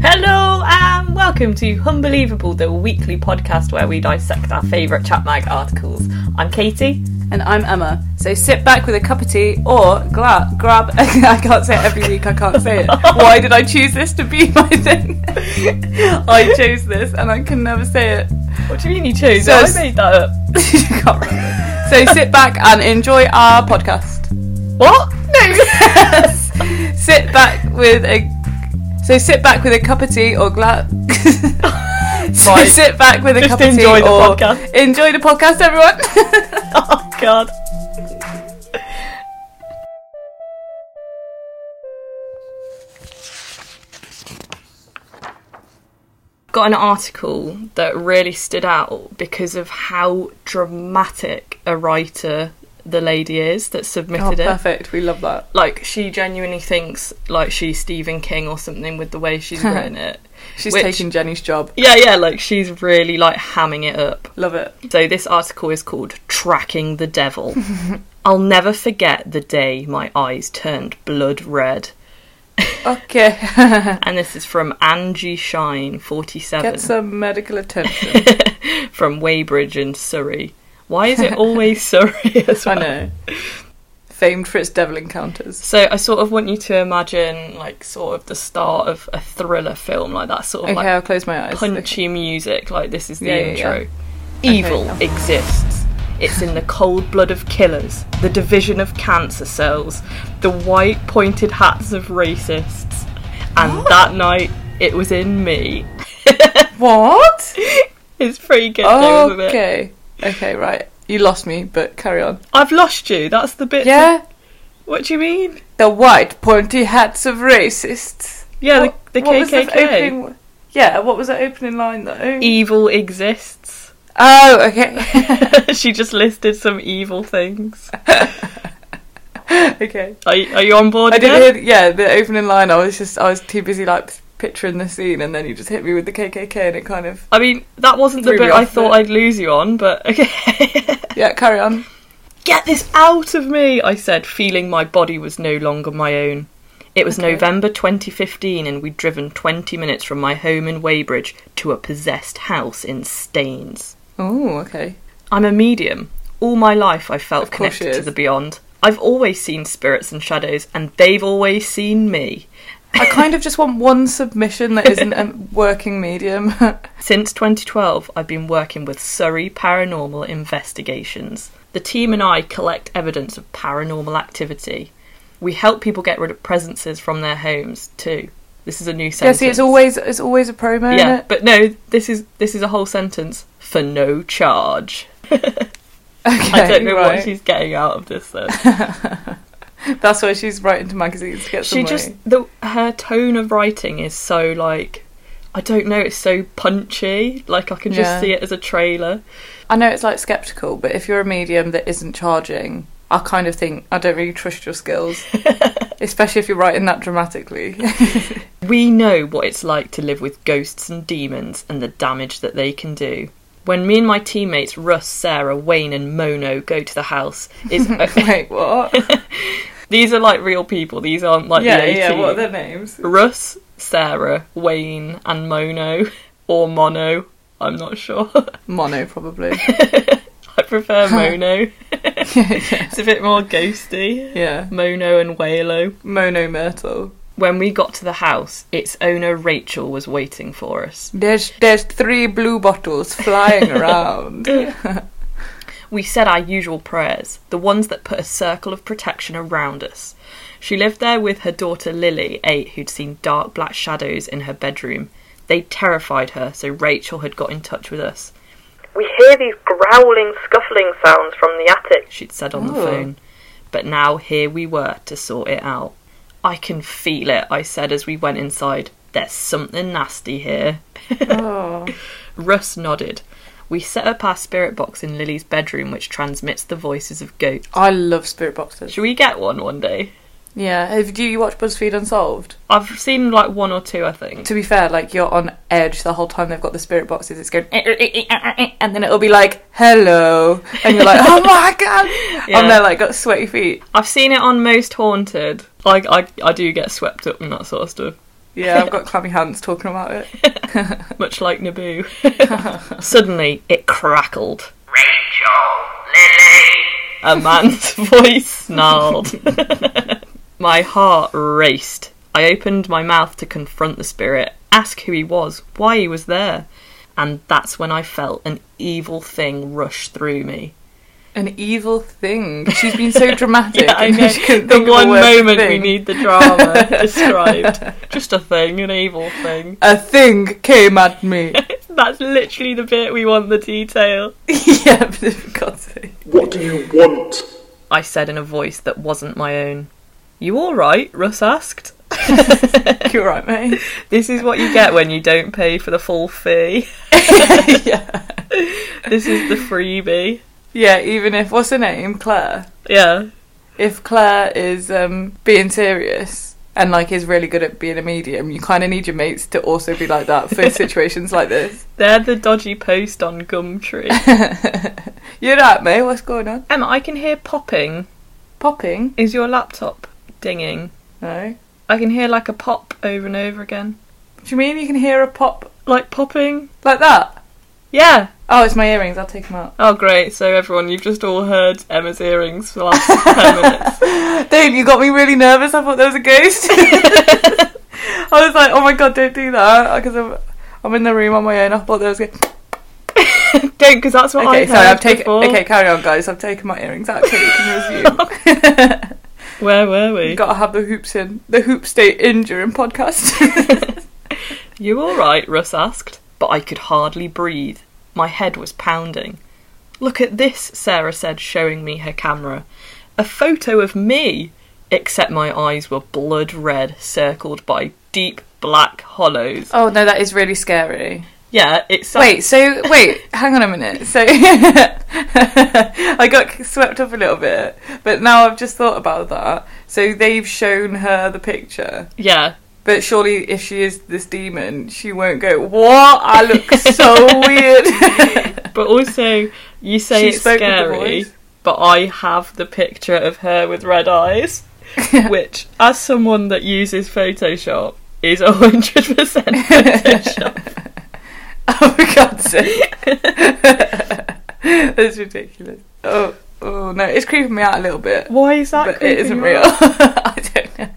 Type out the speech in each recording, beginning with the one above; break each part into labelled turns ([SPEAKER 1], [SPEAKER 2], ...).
[SPEAKER 1] Hello and welcome to Unbelievable, the weekly podcast where we dissect our favourite Chatmag articles. I'm Katie.
[SPEAKER 2] And I'm Emma. So sit back with a cup of tea or gla- grab. I can't say it every week, I can't say it. Why did I choose this to be my thing? I chose this and I can never say it.
[SPEAKER 1] What do you mean you chose?
[SPEAKER 2] So
[SPEAKER 1] it?
[SPEAKER 2] it's-
[SPEAKER 1] I made that up.
[SPEAKER 2] You can't remember. So sit back and enjoy our podcast.
[SPEAKER 1] What?
[SPEAKER 2] Yes! sit back with a. So sit back with a cup of tea or gla- So
[SPEAKER 1] Right.
[SPEAKER 2] sit back with a
[SPEAKER 1] Just
[SPEAKER 2] cup of tea
[SPEAKER 1] enjoy the
[SPEAKER 2] or
[SPEAKER 1] podcast.
[SPEAKER 2] enjoy the podcast, everyone.
[SPEAKER 1] Oh god. Got an article that really stood out because of how dramatic a writer the lady is that
[SPEAKER 2] oh,
[SPEAKER 1] submitted it.
[SPEAKER 2] perfect. We love that.
[SPEAKER 1] Like she genuinely thinks like she's Stephen King or something with the way she's written it.
[SPEAKER 2] She's
[SPEAKER 1] Which-
[SPEAKER 2] taking Jenny's job.
[SPEAKER 1] Yeah, yeah, like she's really like hamming it up.
[SPEAKER 2] Love it.
[SPEAKER 1] So this article is called Tracking the Devil. I'll never forget the day my eyes turned blood red.
[SPEAKER 2] Okay.
[SPEAKER 1] And this is from Angie Shine, 47,
[SPEAKER 2] Get some medical attention.
[SPEAKER 1] from Weybridge in Surrey. Why is it always Surrey as
[SPEAKER 2] I
[SPEAKER 1] well?
[SPEAKER 2] know. Famed for its devil encounters.
[SPEAKER 1] So I sort of want you to imagine, like, sort of the start of a thriller film, like that sort of
[SPEAKER 2] Okay,
[SPEAKER 1] like
[SPEAKER 2] I'll close my eyes.
[SPEAKER 1] punchy music, like this is the
[SPEAKER 2] Yeah, yeah,
[SPEAKER 1] intro.
[SPEAKER 2] yeah.
[SPEAKER 1] Evil
[SPEAKER 2] Okay.
[SPEAKER 1] exists. It's in the cold blood of killers, the division of cancer cells, the white pointed hats of racists. And that night, it was in me.
[SPEAKER 2] What?
[SPEAKER 1] It's pretty good though, isn't it?
[SPEAKER 2] Okay. Okay, right. You lost me, but carry on.
[SPEAKER 1] I've lost you. That's the bit.
[SPEAKER 2] Yeah?
[SPEAKER 1] What do you mean?
[SPEAKER 2] The white pointy hats of racists.
[SPEAKER 1] Yeah,
[SPEAKER 2] What-
[SPEAKER 1] the, the
[SPEAKER 2] what was
[SPEAKER 1] KKK.
[SPEAKER 2] opening... Yeah, what was that opening line though?
[SPEAKER 1] Evil exists.
[SPEAKER 2] oh, okay.
[SPEAKER 1] she just listed some evil things.
[SPEAKER 2] okay.
[SPEAKER 1] Are, you- are you on board?
[SPEAKER 2] I
[SPEAKER 1] yet?
[SPEAKER 2] didn't hear, yeah, the opening line, I was just, I was too busy like picturing the scene and then you just hit me with the KKK and it kind of,
[SPEAKER 1] I mean, that wasn't the
[SPEAKER 2] Threw
[SPEAKER 1] bit
[SPEAKER 2] me
[SPEAKER 1] I
[SPEAKER 2] off
[SPEAKER 1] thought
[SPEAKER 2] it.
[SPEAKER 1] I'd lose you on, but okay.
[SPEAKER 2] yeah, carry on.
[SPEAKER 1] Get this out of me, I said, feeling my body was no longer my own. It was
[SPEAKER 2] Okay.
[SPEAKER 1] November 2015, and we'd driven 20 minutes from my home in Weybridge to a possessed house in Staines.
[SPEAKER 2] Oh, okay.
[SPEAKER 1] I'm a medium. All my life I've felt
[SPEAKER 2] Of course
[SPEAKER 1] connected
[SPEAKER 2] she
[SPEAKER 1] to
[SPEAKER 2] is.
[SPEAKER 1] the beyond. I've always seen spirits and shadows, and they've always seen me.
[SPEAKER 2] I kind of just want one submission that isn't a working medium.
[SPEAKER 1] Since 2012, I've been working with Surrey Paranormal Investigations. The team and I collect evidence of paranormal activity. We help people get rid of presences from their homes too. This is a new
[SPEAKER 2] yeah,
[SPEAKER 1] sentence.
[SPEAKER 2] see, it's always it's always a promo.
[SPEAKER 1] yeah,
[SPEAKER 2] Yeah.
[SPEAKER 1] but no, this is this is a whole sentence for no charge.
[SPEAKER 2] Okay,
[SPEAKER 1] I don't know
[SPEAKER 2] right.
[SPEAKER 1] what she's getting out of this. Then.
[SPEAKER 2] That's why she's writing to magazines to get some
[SPEAKER 1] she just the her tone of writing is so like I don't know. It's so punchy. Like I can just
[SPEAKER 2] Yeah.
[SPEAKER 1] see it as a trailer.
[SPEAKER 2] I know it's like skeptical, but if you're a medium that isn't charging, I kind of think I don't really trust your skills, especially if you're writing that dramatically.
[SPEAKER 1] We know what it's like to live with ghosts and demons and the damage that they can do. When me and my teammates Russ, Sarah, Wayne, and Mono go to the house, it's,
[SPEAKER 2] Wait, what?
[SPEAKER 1] these are like real people. These aren't like
[SPEAKER 2] yeah,
[SPEAKER 1] the
[SPEAKER 2] yeah.
[SPEAKER 1] 18.
[SPEAKER 2] What are their names?
[SPEAKER 1] Russ, Sarah, Wayne, and Mono, or Mono. I'm not sure.
[SPEAKER 2] Mono, probably.
[SPEAKER 1] I prefer Mono. It's a bit more ghosty.
[SPEAKER 2] yeah,
[SPEAKER 1] Mono and Walo.
[SPEAKER 2] Mono Myrtle.
[SPEAKER 1] When we got to the house, its owner Rachel was waiting for us.
[SPEAKER 2] There's there's three blue bottles flying around.
[SPEAKER 1] We said our usual prayers, the ones that put a circle of protection around us. She lived there with her daughter Lily, eight, who'd seen dark black shadows in her bedroom. They terrified her, so Rachel had got in touch with us,
[SPEAKER 3] We hear these growling, scuffling sounds from the attic.
[SPEAKER 1] she'd said on the
[SPEAKER 2] Oh.
[SPEAKER 1] phone. But now here we were to sort it out. I can feel it, I said as we went inside. There's something nasty here.
[SPEAKER 2] oh.
[SPEAKER 1] Russ nodded. We set up our spirit box in Lily's bedroom, which transmits the voices of goats.
[SPEAKER 2] I love spirit boxes.
[SPEAKER 1] Should we get one one day?
[SPEAKER 2] Yeah. Have, do you watch BuzzFeed Unsolved?
[SPEAKER 1] I've seen like one or two, I think.
[SPEAKER 2] To be fair, like you're on edge the whole time they've got the spirit boxes. It's going, "Eh, eh, eh, eh, eh, eh," and then it'll be like, "Hello," and you're like, "Oh my god!"
[SPEAKER 1] Yeah.
[SPEAKER 2] And they're like got sweaty feet.
[SPEAKER 1] I've seen it on Most Haunted. Like I, I do get swept up in that sort of stuff.
[SPEAKER 2] Yeah, I've got clammy hands talking about it.
[SPEAKER 1] much like Naboo. Suddenly, it crackled.
[SPEAKER 3] Rachel, Lily.
[SPEAKER 1] A man's voice snarled. my heart raced. I opened my mouth to confront the spirit, ask who he was, why he was there. And that's when I felt an evil thing rush through me.
[SPEAKER 2] An evil thing. She's been so dramatic. and she couldn't
[SPEAKER 1] The
[SPEAKER 2] think of a
[SPEAKER 1] one
[SPEAKER 2] word for
[SPEAKER 1] moment we
[SPEAKER 2] thing.
[SPEAKER 1] need the drama described. Just a thing, an evil thing.
[SPEAKER 2] A thing came at me.
[SPEAKER 1] That's literally the bit we want the detail.
[SPEAKER 2] yeah, but for God's sake.
[SPEAKER 4] What do you want?
[SPEAKER 1] I said in a voice that wasn't my own. You alright? Russ asked.
[SPEAKER 2] You're right, mate.
[SPEAKER 1] This is what you get when you don't pay for the full fee.
[SPEAKER 2] yeah.
[SPEAKER 1] This is the freebie.
[SPEAKER 2] Yeah, even if what's her name? Claire.
[SPEAKER 1] Yeah.
[SPEAKER 2] If Claire is um being serious and like is really good at being a medium, you kinda need your mates to also be like that for situations like this.
[SPEAKER 1] They're the dodgy post on Gumtree.
[SPEAKER 2] You're right, mate, what's going on?
[SPEAKER 1] Emma, I can hear popping.
[SPEAKER 2] Popping?
[SPEAKER 1] Is your laptop dinging?
[SPEAKER 2] No.
[SPEAKER 1] I can hear like a pop over and over again.
[SPEAKER 2] Do you mean you can hear a pop
[SPEAKER 1] Like popping?
[SPEAKER 2] like that?
[SPEAKER 1] Yeah.
[SPEAKER 2] Oh, it's my earrings, I'll take them out.
[SPEAKER 1] Oh, great. So, everyone, you've just all heard Emma's earrings for the last 10 minutes.
[SPEAKER 2] Dave, you got me really nervous. I thought there was a ghost. I was like, oh my god, don't do that. Because I'm, I'm in the room on my own. I thought there was a ghost.
[SPEAKER 1] Don't, because that's what I
[SPEAKER 2] Okay,
[SPEAKER 1] heard
[SPEAKER 2] sorry, I've taken.
[SPEAKER 1] before.
[SPEAKER 2] Okay, carry on, guys. I've taken my earrings out. Okay, you can
[SPEAKER 1] Where were we?
[SPEAKER 2] resume. Gotta have the hoops in. The hoops stay in during podcast.
[SPEAKER 1] You all right? Russ asked. But I could hardly breathe. My head was pounding. Look at this, Sarah said, showing me her camera. A photo of me! Except my eyes were blood red, circled by deep black hollows.
[SPEAKER 2] oh no, that is really scary.
[SPEAKER 1] Yeah, it's. uh,
[SPEAKER 2] Wait, so wait, hang on a minute. So I got swept up a little bit, but now I've just thought about that. So they've shown her the picture.
[SPEAKER 1] Yeah.
[SPEAKER 2] But surely, if she is this demon, she won't go. What? I look so weird.
[SPEAKER 1] But also, you say
[SPEAKER 2] She
[SPEAKER 1] it's
[SPEAKER 2] spoke with the
[SPEAKER 1] scary,
[SPEAKER 2] voice.
[SPEAKER 1] but I have the picture of her with red eyes, which, as someone that uses Photoshop, is 100% Photoshop.
[SPEAKER 2] oh, for God's sake! That's ridiculous. Oh, oh no, it's creeping me out a little bit,
[SPEAKER 1] Why is that?
[SPEAKER 2] but it isn't real. I don't know.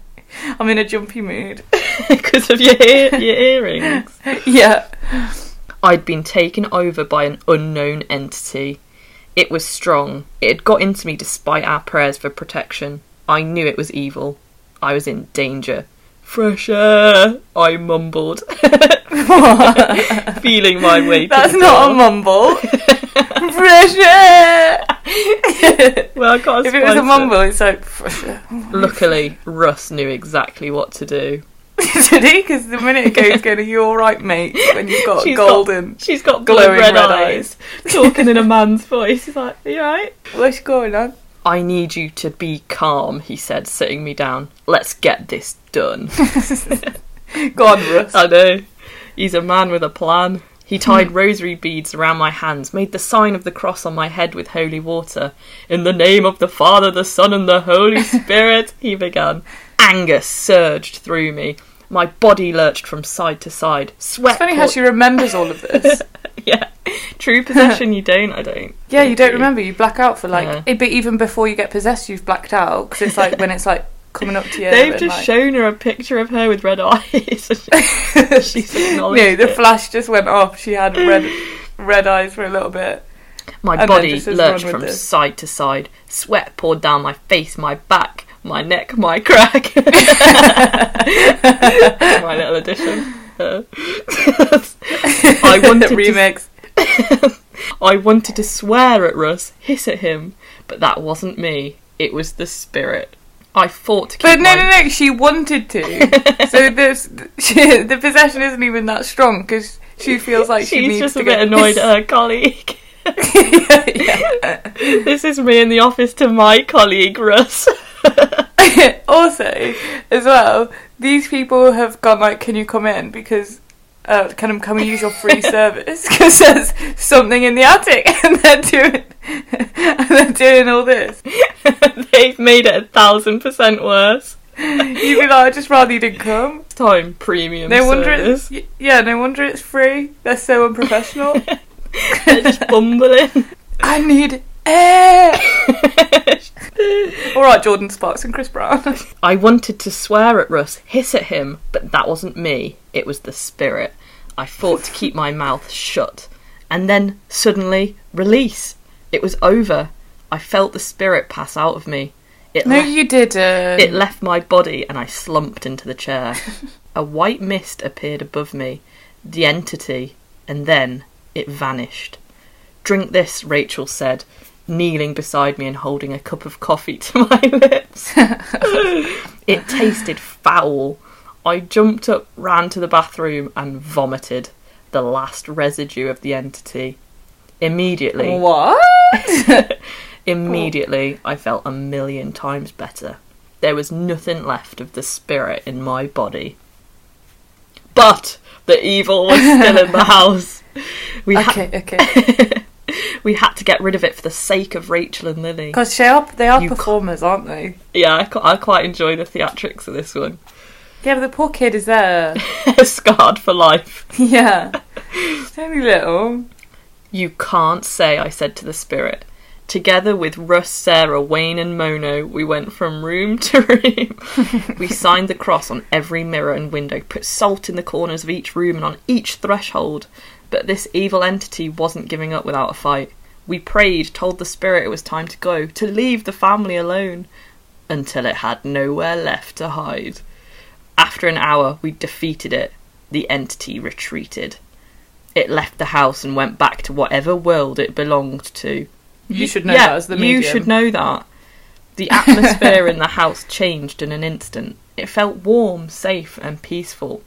[SPEAKER 2] I'm in a jumpy mood.
[SPEAKER 1] because of your ear- your earrings.
[SPEAKER 2] yeah.
[SPEAKER 1] I'd been taken over by an unknown entity. It was strong. It had got into me despite our prayers for protection. I knew it was evil. I was in danger. Fresh air, I mumbled, feeling my way. To
[SPEAKER 2] That's
[SPEAKER 1] the
[SPEAKER 2] not a
[SPEAKER 1] door.
[SPEAKER 2] mumble. Pressure.
[SPEAKER 1] well, I can't
[SPEAKER 2] if it was a
[SPEAKER 1] spice
[SPEAKER 2] mumble, it's like pressure.
[SPEAKER 1] Luckily, Russ knew exactly what to do.
[SPEAKER 2] Did he? Because the minute it goes, going, "You're all right, mate," when you've got
[SPEAKER 1] She's
[SPEAKER 2] golden.
[SPEAKER 1] Got, she's got
[SPEAKER 2] glowing
[SPEAKER 1] glowing red,
[SPEAKER 2] red
[SPEAKER 1] eyes, talking in a man's voice. He's like, "You right?"
[SPEAKER 2] What's going on?
[SPEAKER 1] I need you to be calm, he said, sitting me down. Let's get this done.
[SPEAKER 2] Go on, Russ.
[SPEAKER 1] I know. He's a man with a plan. He tied
[SPEAKER 2] Hmm.
[SPEAKER 1] rosary beads around my hands, made the sign of the cross on my head with holy water. In the name of the Father, the Son, and the Holy Spirit, he began. Anger surged through me. My body lurched from side to side. Sweat.
[SPEAKER 2] It's funny how
[SPEAKER 1] poured-
[SPEAKER 2] she remembers all of this.
[SPEAKER 1] yeah. True possession, you don't. I don't.
[SPEAKER 2] yeah, you don't
[SPEAKER 1] do.
[SPEAKER 2] remember. You black out for like.
[SPEAKER 1] Yeah.
[SPEAKER 2] eh, But even before you get possessed, you've blacked out because it's like when it's like coming up to you.
[SPEAKER 1] They've
[SPEAKER 2] and,
[SPEAKER 1] just
[SPEAKER 2] like-
[SPEAKER 1] shown her a picture of her with red eyes. and she- she's acknowledged
[SPEAKER 2] No, the
[SPEAKER 1] it.
[SPEAKER 2] flash just went off. She had red, red eyes for a little bit.
[SPEAKER 1] My
[SPEAKER 2] And then
[SPEAKER 1] body
[SPEAKER 2] just as run
[SPEAKER 1] lurched
[SPEAKER 2] with
[SPEAKER 1] from
[SPEAKER 2] this.
[SPEAKER 1] side to side. Sweat poured down my face, my back, my neck, my crack. my little addition. Uh, I wanted to,
[SPEAKER 2] remix.
[SPEAKER 1] I wanted to swear at Russ, hiss at him, but that wasn't me. It was the spirit. I fought to keep
[SPEAKER 2] But no,
[SPEAKER 1] my-
[SPEAKER 2] no, no. She wanted to. so this, she, the possession isn't even that strong because she feels like she
[SPEAKER 1] She's
[SPEAKER 2] needs
[SPEAKER 1] just
[SPEAKER 2] to
[SPEAKER 1] a bit
[SPEAKER 2] get
[SPEAKER 1] annoyed at her colleague.
[SPEAKER 2] yeah.
[SPEAKER 1] This is me in the office to my colleague Russ.
[SPEAKER 2] also, as well, these people have gone like, "Can you come in?" Because uh, can I come and use your free service? Because there's something in the attic, and they're doing and they're doing all this.
[SPEAKER 1] They've made it a thousand percent worse.
[SPEAKER 2] You'd be like, I'd just rather you didn't come.
[SPEAKER 1] Time premium.
[SPEAKER 2] No wonder
[SPEAKER 1] service.
[SPEAKER 2] it's y- yeah, no wonder it's free. They're so unprofessional.
[SPEAKER 1] They're just bumbling.
[SPEAKER 2] I need air. All right, Jordan Sparks and Chris Brown.
[SPEAKER 1] I wanted to swear at Russ, hiss at him, but that wasn't me. It was the spirit. I fought to keep my mouth shut. And then, suddenly, release. It was over. I felt the spirit pass out of me. It,
[SPEAKER 2] no,
[SPEAKER 1] left,
[SPEAKER 2] you didn't.
[SPEAKER 1] it left my body and I slumped into the chair. a white mist appeared above me, the entity, and then it vanished. Drink this, Rachel said, kneeling beside me and holding a cup of coffee to my lips. It tasted foul. I jumped up, ran to the bathroom, and vomited the last residue of the entity.
[SPEAKER 2] Oh,
[SPEAKER 1] Immediately,
[SPEAKER 2] what?
[SPEAKER 1] immediately, I felt a million times better. There was nothing left of the spirit in my body. But the evil was still in the house. We, ha-
[SPEAKER 2] okay, okay.
[SPEAKER 1] we had to get rid of it for the sake of Rachel and Lily.
[SPEAKER 2] Because they are, they are
[SPEAKER 1] You ca-
[SPEAKER 2] performers, aren't they?
[SPEAKER 1] Yeah, I, qu- I quite enjoy the theatrics of this one.
[SPEAKER 2] Yeah, but the poor kid is there.
[SPEAKER 1] Scarred for life.
[SPEAKER 2] yeah. He's only little.
[SPEAKER 1] You can't say, I said to the spirit. Together with Russ, Sarah, Wayne, and Mono, we went from room to room. we signed the cross on every mirror and window, put salt in the corners of each room and on each threshold. But this evil entity wasn't giving up without a fight. We prayed, told the spirit it was time to go, to leave the family alone, until it had nowhere left to hide. After an hour, we defeated it. The entity retreated. It left the house and went back to whatever world it belonged to.
[SPEAKER 2] You should know
[SPEAKER 1] Yeah,
[SPEAKER 2] that as the
[SPEAKER 1] You
[SPEAKER 2] medium.
[SPEAKER 1] should know that. The atmosphere in the house changed in an instant. It felt warm, safe, and peaceful.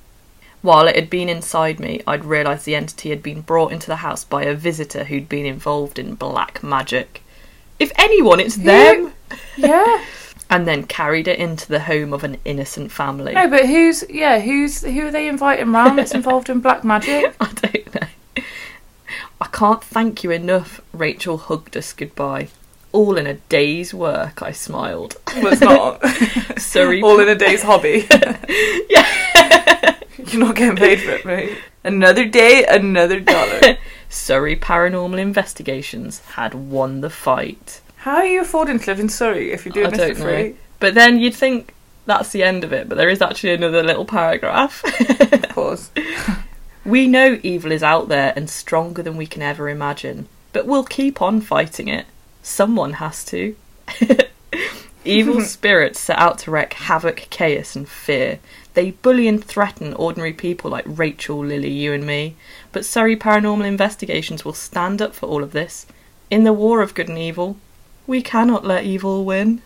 [SPEAKER 1] While it had been inside me, I'd realised the entity had been brought into the house by a visitor who'd been involved in black magic. If anyone, it's them!
[SPEAKER 2] Yeah.
[SPEAKER 1] And then carried it into the home of an innocent family.
[SPEAKER 2] No, but who's yeah, who's who are they inviting round that's involved in black magic?
[SPEAKER 1] I don't know. I can't thank you enough. Rachel hugged us goodbye. All in a day's work, I smiled.
[SPEAKER 2] Well, it's not.
[SPEAKER 1] Surrey.
[SPEAKER 2] All in a day's hobby.
[SPEAKER 1] yeah.
[SPEAKER 2] You're not getting paid for it, mate. Another day, another dollar.
[SPEAKER 1] Surrey Paranormal Investigations had won the fight.
[SPEAKER 2] How are you affording to live in Surrey if you're
[SPEAKER 1] I
[SPEAKER 2] doing this for
[SPEAKER 1] don't know.
[SPEAKER 2] free?
[SPEAKER 1] But then you'd think that's the end of it, but there is actually another little paragraph.
[SPEAKER 2] Of course.
[SPEAKER 1] We know evil is out there and stronger than we can ever imagine, but we'll keep on fighting it. Someone has to. evil spirits set out to wreak havoc, chaos, and fear. They bully and threaten ordinary people like Rachel, Lily, you, and me. But Surrey Paranormal Investigations will stand up for all of this. In the war of good and evil, we cannot let evil win.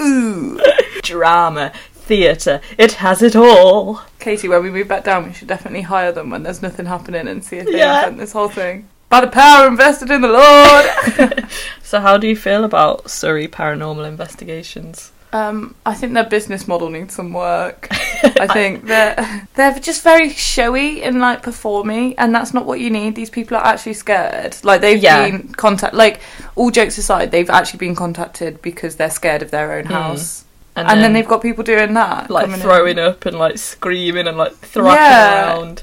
[SPEAKER 2] Ooh.
[SPEAKER 1] Drama, theatre, it has it all.
[SPEAKER 2] Katie, when we move back down, we should definitely hire them when there's nothing happening and see if they
[SPEAKER 1] Yeah.
[SPEAKER 2] invent this whole thing. By the power invested in the Lord!
[SPEAKER 1] So, how do you feel about Surrey Paranormal Investigations?
[SPEAKER 2] Um, I think their business model needs some work. I think they're they're just very showy and like performy, and that's not what you need. These people are actually scared. Like they've
[SPEAKER 1] Yeah.
[SPEAKER 2] been contact. Like all jokes aside, they've actually been contacted because they're scared of their own house,
[SPEAKER 1] Hmm. and,
[SPEAKER 2] and,
[SPEAKER 1] then,
[SPEAKER 2] then, they've got people doing that,
[SPEAKER 1] like
[SPEAKER 2] coming in.
[SPEAKER 1] throwing up and like screaming and like thrashing
[SPEAKER 2] Yeah.
[SPEAKER 1] around.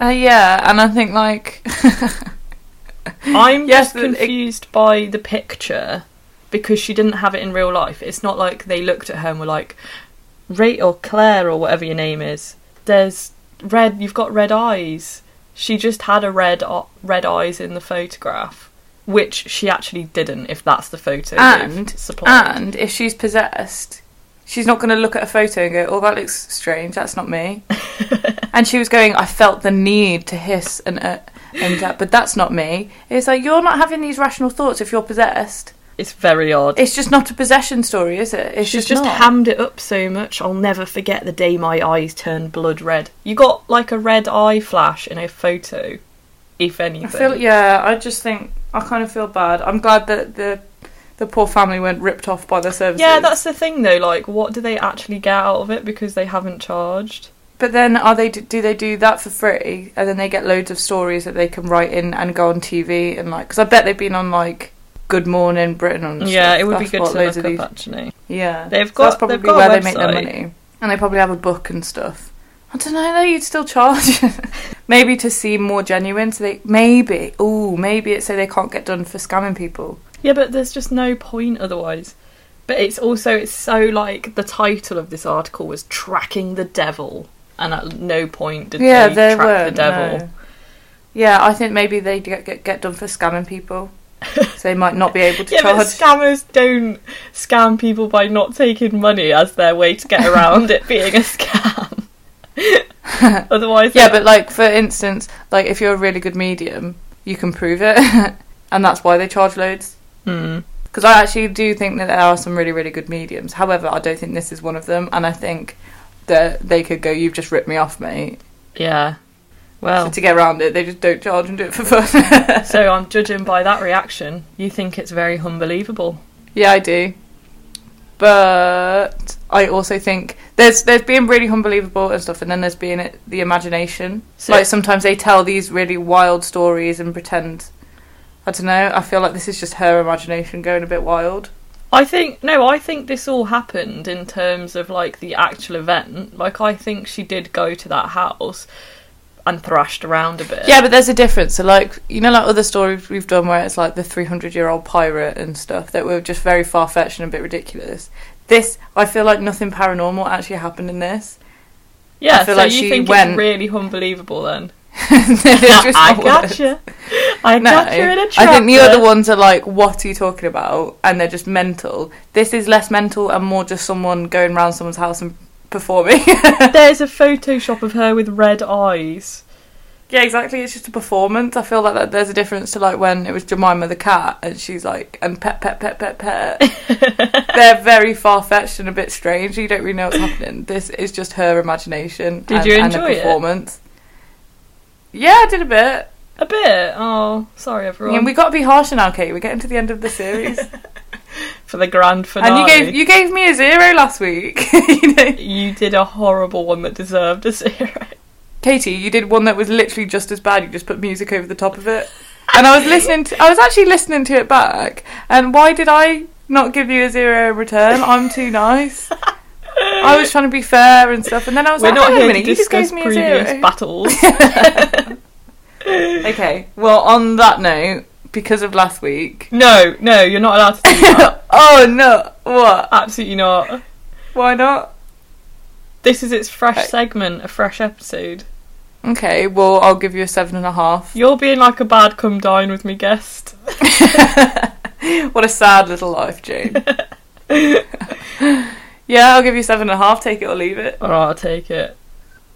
[SPEAKER 2] Uh, yeah, and I think like
[SPEAKER 1] I'm
[SPEAKER 2] Yes,
[SPEAKER 1] just
[SPEAKER 2] the- it-
[SPEAKER 1] confused by the picture because she didn't have it in real life. It's not like they looked at her and were like, "Rate or Claire or whatever your name is." There's red. You've got red eyes. She just had a red o- red eyes in the photograph, which she actually didn't. If that's the photo they've
[SPEAKER 2] and
[SPEAKER 1] supplied.
[SPEAKER 2] and if she's possessed, she's not going to look at a photo and go, "Oh, that looks strange. That's not me." and she was going, "I felt the need to hiss and uh, and that, but that's not me." It's like you're not having these rational thoughts if you're possessed.
[SPEAKER 1] it's very odd.
[SPEAKER 2] It's just not a possession story, is it? It's
[SPEAKER 1] She's
[SPEAKER 2] just,
[SPEAKER 1] just
[SPEAKER 2] not.
[SPEAKER 1] hammed it up so much. I'll never forget the day my eyes turned blood red. You got like a red eye flash in a photo, if anything.
[SPEAKER 2] I feel yeah. I just think I kind of feel bad. I'm glad that the the poor family weren't ripped off by their services.
[SPEAKER 1] yeah, that's the thing though. Like, what do they actually get out of it because they haven't charged?
[SPEAKER 2] But then, are they do they do that for free, and then they get loads of stories that they can write in and go on TV and like? Because I bet they've been on like Good Morning Britain on. and
[SPEAKER 1] yeah,
[SPEAKER 2] stuff.
[SPEAKER 1] it would
[SPEAKER 2] That's
[SPEAKER 1] be good
[SPEAKER 2] what
[SPEAKER 1] to
[SPEAKER 2] loads
[SPEAKER 1] look up
[SPEAKER 2] of these-
[SPEAKER 1] actually.
[SPEAKER 2] Yeah,
[SPEAKER 1] They've
[SPEAKER 2] So
[SPEAKER 1] got-
[SPEAKER 2] that's probably
[SPEAKER 1] they've got a
[SPEAKER 2] where they make their
[SPEAKER 1] website.
[SPEAKER 2] money, and they probably have a book and stuff. I don't know. though, You'd still charge, maybe to seem more genuine. So they maybe, ooh, maybe it's so they can't get done for scamming people.
[SPEAKER 1] Yeah, but there's just no point otherwise. But it's also it's so like the title of this article was tracking the devil, and at no point did
[SPEAKER 2] yeah,
[SPEAKER 1] they
[SPEAKER 2] there
[SPEAKER 1] track
[SPEAKER 2] were
[SPEAKER 1] the devil.
[SPEAKER 2] no. Yeah, I think maybe they get, get get done for scamming people, so they might not be able to
[SPEAKER 1] Yeah, but
[SPEAKER 2] charge.
[SPEAKER 1] scammers don't scam people by not taking money as their way to get around it being a scam. Otherwise,
[SPEAKER 2] yeah, but like for instance, like if you're a really good medium, you can prove it, and that's why they charge loads.
[SPEAKER 1] Mm.
[SPEAKER 2] Because I actually do think that there are some really, really good mediums. However, I don't think this is one of them, and I think that they could go, "You've just ripped me off, mate."
[SPEAKER 1] yeah.
[SPEAKER 2] So
[SPEAKER 1] Well,
[SPEAKER 2] to get around it, they just don't charge and do it for fun.
[SPEAKER 1] so I'm judging by that reaction. You think it's very unbelievable.
[SPEAKER 2] yeah, I do. But I also think there's there's being really unbelievable and stuff, and then there's being it- the imagination.
[SPEAKER 1] So-
[SPEAKER 2] like sometimes they tell these really wild stories and pretend. I don't know. I feel like this is just her imagination going a bit wild.
[SPEAKER 1] I think no, I think this all happened in terms of like the actual event. Like I think she did go to that house and thrashed around a bit.
[SPEAKER 2] Yeah, but there's a difference. So, like, you know, like other stories we've done where it's like the 300 year old pirate and stuff that were just very far fetched and a bit ridiculous. This, I feel like nothing paranormal actually happened in this.
[SPEAKER 1] yeah.
[SPEAKER 2] I feel
[SPEAKER 1] so
[SPEAKER 2] like
[SPEAKER 1] you
[SPEAKER 2] she
[SPEAKER 1] think
[SPEAKER 2] went-
[SPEAKER 1] it's really unbelievable then?
[SPEAKER 2] There's just
[SPEAKER 1] I
[SPEAKER 2] not words.
[SPEAKER 1] gotcha. I
[SPEAKER 2] No,
[SPEAKER 1] gotcha in a
[SPEAKER 2] I think the
[SPEAKER 1] tractor.
[SPEAKER 2] other ones are like, what are you talking about? And they're just mental. This is less mental and more just someone going round someone's house and performing.
[SPEAKER 1] There's a Photoshop of her with red eyes.
[SPEAKER 2] Yeah, exactly. It's just a performance. I feel like that there's a difference to like when it was Jemima the cat and she's like and pet pet pet pet pet. They're very far fetched and a bit strange. You don't really know what's happening. This is just her imagination.
[SPEAKER 1] Did
[SPEAKER 2] and,
[SPEAKER 1] you
[SPEAKER 2] and a
[SPEAKER 1] enjoy it?
[SPEAKER 2] performance. Yeah, I did a bit.
[SPEAKER 1] A bit. Oh, sorry everyone.
[SPEAKER 2] And we got to be harsher now, Kate. We're getting to the end of the series.
[SPEAKER 1] For the grand
[SPEAKER 2] and
[SPEAKER 1] finale.
[SPEAKER 2] you gave you gave me a zero last week. you know,
[SPEAKER 1] You did a horrible one that deserved a zero.
[SPEAKER 2] Katie, you did one that was literally just as bad. You just put music over the top of it. And I was listening to, I was actually listening to it back. And why did I not give you a zero in return? I'm too nice. I was trying to be fair and stuff. And then I was
[SPEAKER 1] We're
[SPEAKER 2] like,
[SPEAKER 1] not
[SPEAKER 2] hang
[SPEAKER 1] here
[SPEAKER 2] a minute,
[SPEAKER 1] to
[SPEAKER 2] you just
[SPEAKER 1] discuss
[SPEAKER 2] gave me a
[SPEAKER 1] previous
[SPEAKER 2] zero.
[SPEAKER 1] battles.
[SPEAKER 2] okay, well, on that note, because of last week.
[SPEAKER 1] no, no, you're not allowed to do that.
[SPEAKER 2] oh no, what?
[SPEAKER 1] Absolutely not.
[SPEAKER 2] Why not?
[SPEAKER 1] This is its fresh
[SPEAKER 2] Right.
[SPEAKER 1] segment, a fresh episode.
[SPEAKER 2] Okay, well, I'll give you a seven and a half.
[SPEAKER 1] You're being like a bad come dine with me guest.
[SPEAKER 2] What a sad little life, Jane. yeah, I'll give you seven and a half, take it or leave it.
[SPEAKER 1] Alright, I'll take it.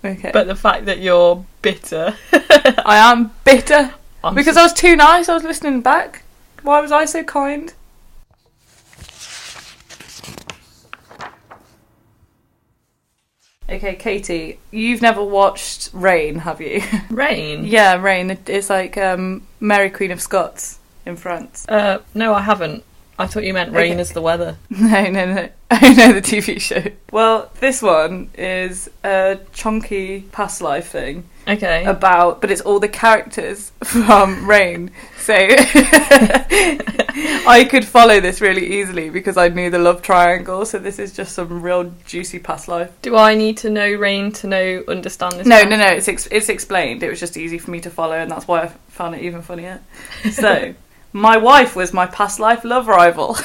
[SPEAKER 2] Okay.
[SPEAKER 1] But the fact that you're bitter.
[SPEAKER 2] I am bitter
[SPEAKER 1] I'm
[SPEAKER 2] because
[SPEAKER 1] so-
[SPEAKER 2] I was too nice. I was listening back. Why was I so kind? Okay, Katie, you've never watched Rain, have you?
[SPEAKER 1] Rain?
[SPEAKER 2] yeah, Rain. It's like um, Mary Queen of Scots in France.
[SPEAKER 1] Uh, no, I haven't. I thought you meant rain
[SPEAKER 2] Okay.
[SPEAKER 1] is the weather.
[SPEAKER 2] No, no, no. I know the TV show. Well, this one is a chunky past life thing.
[SPEAKER 1] Okay.
[SPEAKER 2] about, but it's all the characters from Rain. So I could follow this really easily because I knew the love triangle. So this is just some real juicy past life.
[SPEAKER 1] Do I need to know rain to know understand this?
[SPEAKER 2] No,
[SPEAKER 1] one?
[SPEAKER 2] no, no. It's ex- it's explained. It was just easy for me to follow, and that's why I found it even funnier. So my wife was my past life love rival,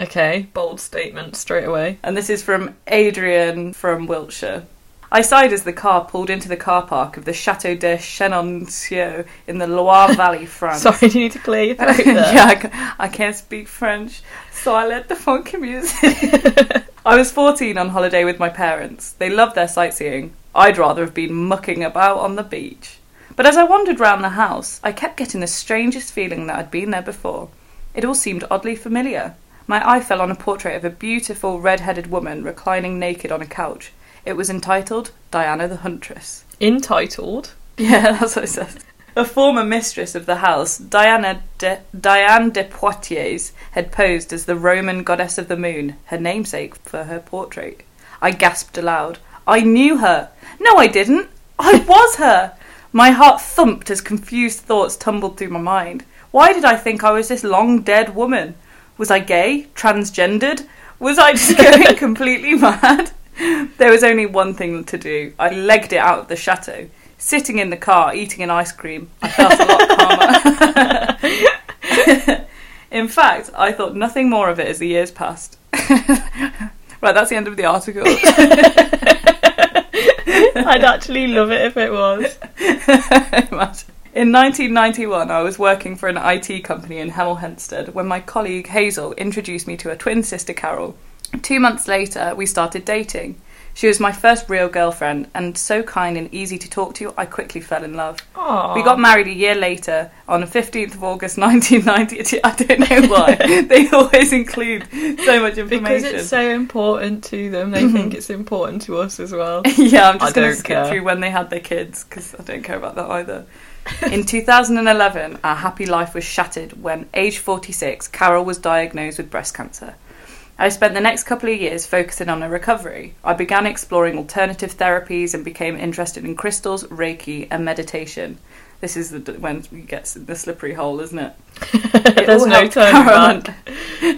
[SPEAKER 1] Okay, bold statement straight away.
[SPEAKER 2] and this is from Adrian from Wiltshire. I sighed as the car pulled into the car park of the Chateau de Chenonceau in the Loire Valley, France.
[SPEAKER 1] Sorry, do you need to clear your throat there?
[SPEAKER 2] yeah, I, ca- I can't speak French, so I let the funky music. I was 14 on holiday with my parents. They loved their sightseeing. I'd rather have been mucking about on the beach. But as I wandered round the house, I kept getting the strangest feeling that I'd been there before. It all seemed oddly familiar. My eye fell on a portrait of a beautiful red headed woman reclining naked on a couch. It was entitled Diana the Huntress.
[SPEAKER 1] Entitled.
[SPEAKER 2] Yeah, that's what it says. A former mistress of the house, Diana de, Diane de Poitiers, had posed as the Roman goddess of the moon, her namesake, for her portrait. I gasped aloud. I knew her. No, I didn't. I was her. My heart thumped as confused thoughts tumbled through my mind. Why did I think I was this long dead woman? Was I gay? Transgendered? Was I just going completely mad? There was only one thing to do. I legged it out of the chateau. Sitting in the car, eating an ice cream, I felt a lot calmer. in fact, I thought nothing more of it as the years passed. right, that's the end of the article.
[SPEAKER 1] I'd actually love it if it was.
[SPEAKER 2] Imagine. In 1991, I was working for an IT company in Hemel Hempstead when my colleague Hazel introduced me to her twin sister Carol. Two months later, we started dating. She was my first real girlfriend and so kind and easy to talk to, I quickly fell in love.
[SPEAKER 1] Aww.
[SPEAKER 2] We got married a year later on the 15th of August 1990. I don't know why. they always include so much information.
[SPEAKER 1] because it's so important to them. They think it's important to us as well.
[SPEAKER 2] yeah, I'm
[SPEAKER 1] I
[SPEAKER 2] just going
[SPEAKER 1] don't
[SPEAKER 2] to skip
[SPEAKER 1] care.
[SPEAKER 2] through when they had their kids because I don't care about that either. In 2011, our happy life was shattered when, age 46, Carol was diagnosed with breast cancer. I spent the next couple of years focusing on her recovery. I began exploring alternative therapies and became interested in crystals, Reiki, and meditation. This is the, when it gets in the slippery hole, isn't it? It
[SPEAKER 1] There's
[SPEAKER 2] all
[SPEAKER 1] no
[SPEAKER 2] helped
[SPEAKER 1] turning
[SPEAKER 2] Carol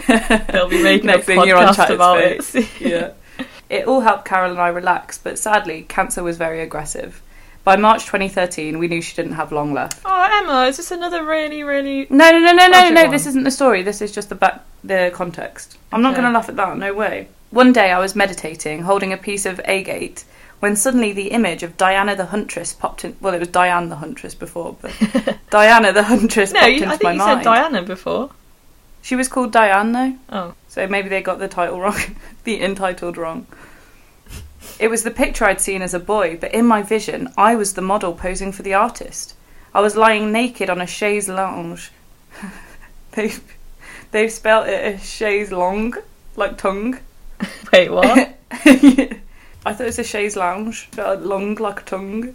[SPEAKER 1] back. They'll be making
[SPEAKER 2] Next
[SPEAKER 1] a
[SPEAKER 2] thing you're on
[SPEAKER 1] podcast
[SPEAKER 2] Chatter's
[SPEAKER 1] about
[SPEAKER 2] face.
[SPEAKER 1] it.
[SPEAKER 2] yeah. It all helped Carol and I relax, but sadly, cancer was very aggressive. By March 2013, we knew she didn't have long left.
[SPEAKER 1] Oh, Emma, is this another really, really?
[SPEAKER 2] No, no, no, no, no,
[SPEAKER 1] Tragic
[SPEAKER 2] no.
[SPEAKER 1] one.
[SPEAKER 2] This isn't the story. This is just the back, the context. I'm not
[SPEAKER 1] Okay.
[SPEAKER 2] going to laugh at that. No way. One day, I was meditating, holding a piece of agate, when suddenly the image of Diana the Huntress popped in. Well, it was Diane the Huntress before, but Diana the Huntress
[SPEAKER 1] No,
[SPEAKER 2] popped
[SPEAKER 1] you,
[SPEAKER 2] into
[SPEAKER 1] I think
[SPEAKER 2] my
[SPEAKER 1] you
[SPEAKER 2] mind.
[SPEAKER 1] said Diana before.
[SPEAKER 2] she was called Diane, though.
[SPEAKER 1] Oh,
[SPEAKER 2] So maybe they got the title wrong, the entitled wrong. It was the picture I'd seen as a boy, but in my vision, I was the model posing for the artist. I was lying naked on a chaise lounge. they've, they've spelt it as chaise long, like tongue.
[SPEAKER 1] wait, what?
[SPEAKER 2] I thought it was a chaise lounge, but long like a tongue.
[SPEAKER 1] no,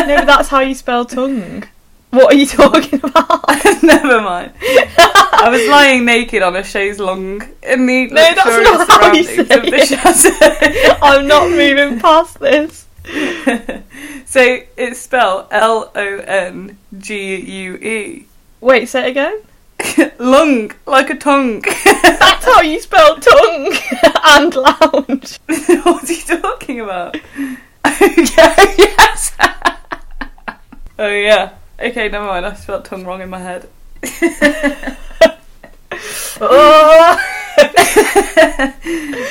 [SPEAKER 1] that's how you spell tongue. What are you talking about?
[SPEAKER 2] Never mind. I was lying naked on a chaise long in the
[SPEAKER 1] No, that's
[SPEAKER 2] luxurious
[SPEAKER 1] not how you
[SPEAKER 2] surroundings
[SPEAKER 1] say
[SPEAKER 2] of the
[SPEAKER 1] it.
[SPEAKER 2] chateau.
[SPEAKER 1] I'm not moving past this.
[SPEAKER 2] so it's spelled L O N G U E.
[SPEAKER 1] Wait, say it again.
[SPEAKER 2] Lung, like a tongue.
[SPEAKER 1] That's how you spell tongue and lounge.
[SPEAKER 2] what are you talking about? yeah, yes. oh yeah. Okay, never mind. I spelled tongue wrong in my head.
[SPEAKER 1] Oh,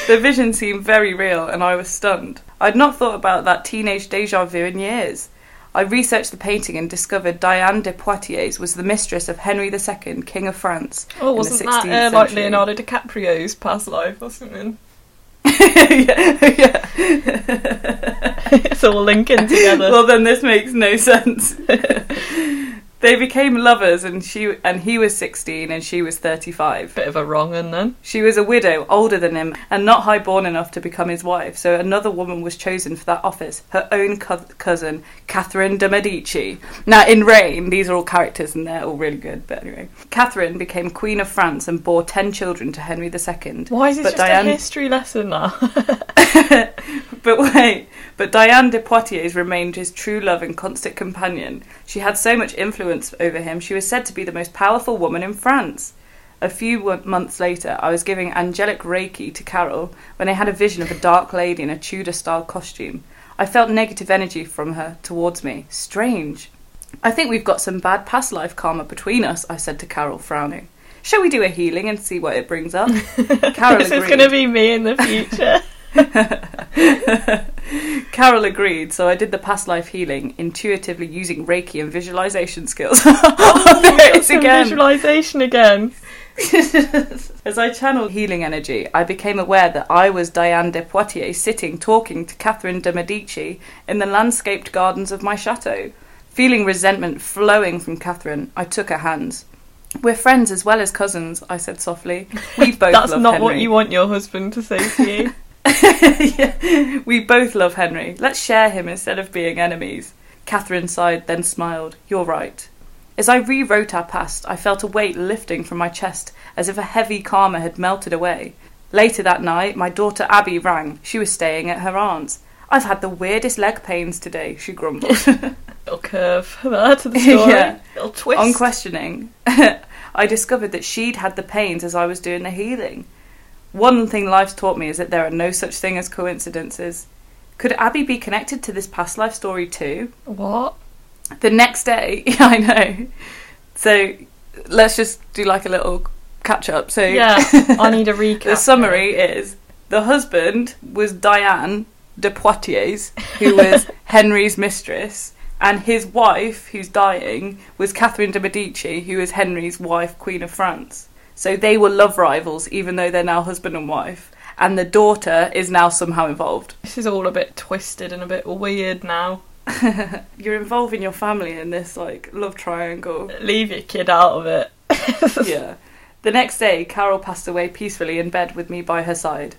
[SPEAKER 2] The vision seemed very real, and I was stunned. I'd not thought about that teenage deja vu in years. I researched the painting and discovered Diane de Poitiers was the mistress of Henry II, King of France.
[SPEAKER 1] Oh,
[SPEAKER 2] in the
[SPEAKER 1] wasn't that
[SPEAKER 2] 16th
[SPEAKER 1] uh, like
[SPEAKER 2] century.
[SPEAKER 1] Leonardo DiCaprio's past life or something?
[SPEAKER 2] yeah, yeah.
[SPEAKER 1] it's all linking together.
[SPEAKER 2] well, then this makes no sense. they became lovers, and she and he was sixteen, and she was thirty-five.
[SPEAKER 1] Bit of a wrong un then.
[SPEAKER 2] She was a widow, older than him, and not high-born enough to become his wife. So another woman was chosen for that office: her own co- cousin, Catherine de Medici. Now, in Rain, these are all characters, and they're all really good. But anyway, Catherine became Queen of France and bore ten children to Henry II.
[SPEAKER 1] Why is this just
[SPEAKER 2] But Diane-
[SPEAKER 1] a history lesson now?
[SPEAKER 2] But wait, but Diane de Poitiers remained his true love and constant companion. She had so much influence over him, she was said to be the most powerful woman in France. A few wo- months later, I was giving angelic Reiki to Carol when I had a vision of a dark lady in a Tudor style costume. I felt negative energy from her towards me. Strange. I think we've got some bad past life karma between us, I said to Carol, frowning. Shall we do a healing and see what it brings up? Carol
[SPEAKER 1] this is
[SPEAKER 2] agreed.
[SPEAKER 1] going to be me in the future.
[SPEAKER 2] Carol agreed, so I did the past life healing, intuitively using Reiki and visualization skills. oh, there it is
[SPEAKER 1] Some
[SPEAKER 2] again.
[SPEAKER 1] Visualization again.
[SPEAKER 2] As I channeled healing energy, I became aware that I was Diane de Poitiers sitting talking to Catherine de Medici in the landscaped gardens of my chateau. Feeling resentment flowing from Catherine, I took her hands. We're friends as well as cousins, I said softly. We both
[SPEAKER 1] That's
[SPEAKER 2] love
[SPEAKER 1] not
[SPEAKER 2] Henry.
[SPEAKER 1] what you want your husband to say to you.
[SPEAKER 2] Yeah, we both love Henry. Let's share him instead of being enemies. Catherine sighed, then smiled. You're right. As I rewrote our past, I felt a weight lifting from my chest as if a heavy karma had melted away. Later that night, my daughter Abby rang. She was staying at her aunt's. I've had the weirdest leg pains today, she grumbled.
[SPEAKER 1] Little curve there to the story.
[SPEAKER 2] Yeah.
[SPEAKER 1] Little little twist.
[SPEAKER 2] on questioning, I discovered that she'd had the pains as I was doing the healing. One thing life's taught me is that there are no such thing as coincidences. Could Abby be connected to this past life story too?
[SPEAKER 1] what?
[SPEAKER 2] The next day, yeah, I know. So let's just do like a little catch up. So
[SPEAKER 1] Yeah, I need a recap.
[SPEAKER 2] the summary is the husband was Diane de Poitiers, who was Henry's mistress, and his wife, who's dying, was Catherine de Medici, who is Henry's wife, Queen of France. So they were love rivals, even though they're now husband and wife. And the daughter is now somehow involved.
[SPEAKER 1] This is all a bit twisted and a bit weird now.
[SPEAKER 2] You're involving your family in this like love triangle.
[SPEAKER 1] Leave your kid out of it.
[SPEAKER 2] yeah. The next day, Carol passed away peacefully in bed with me by her side.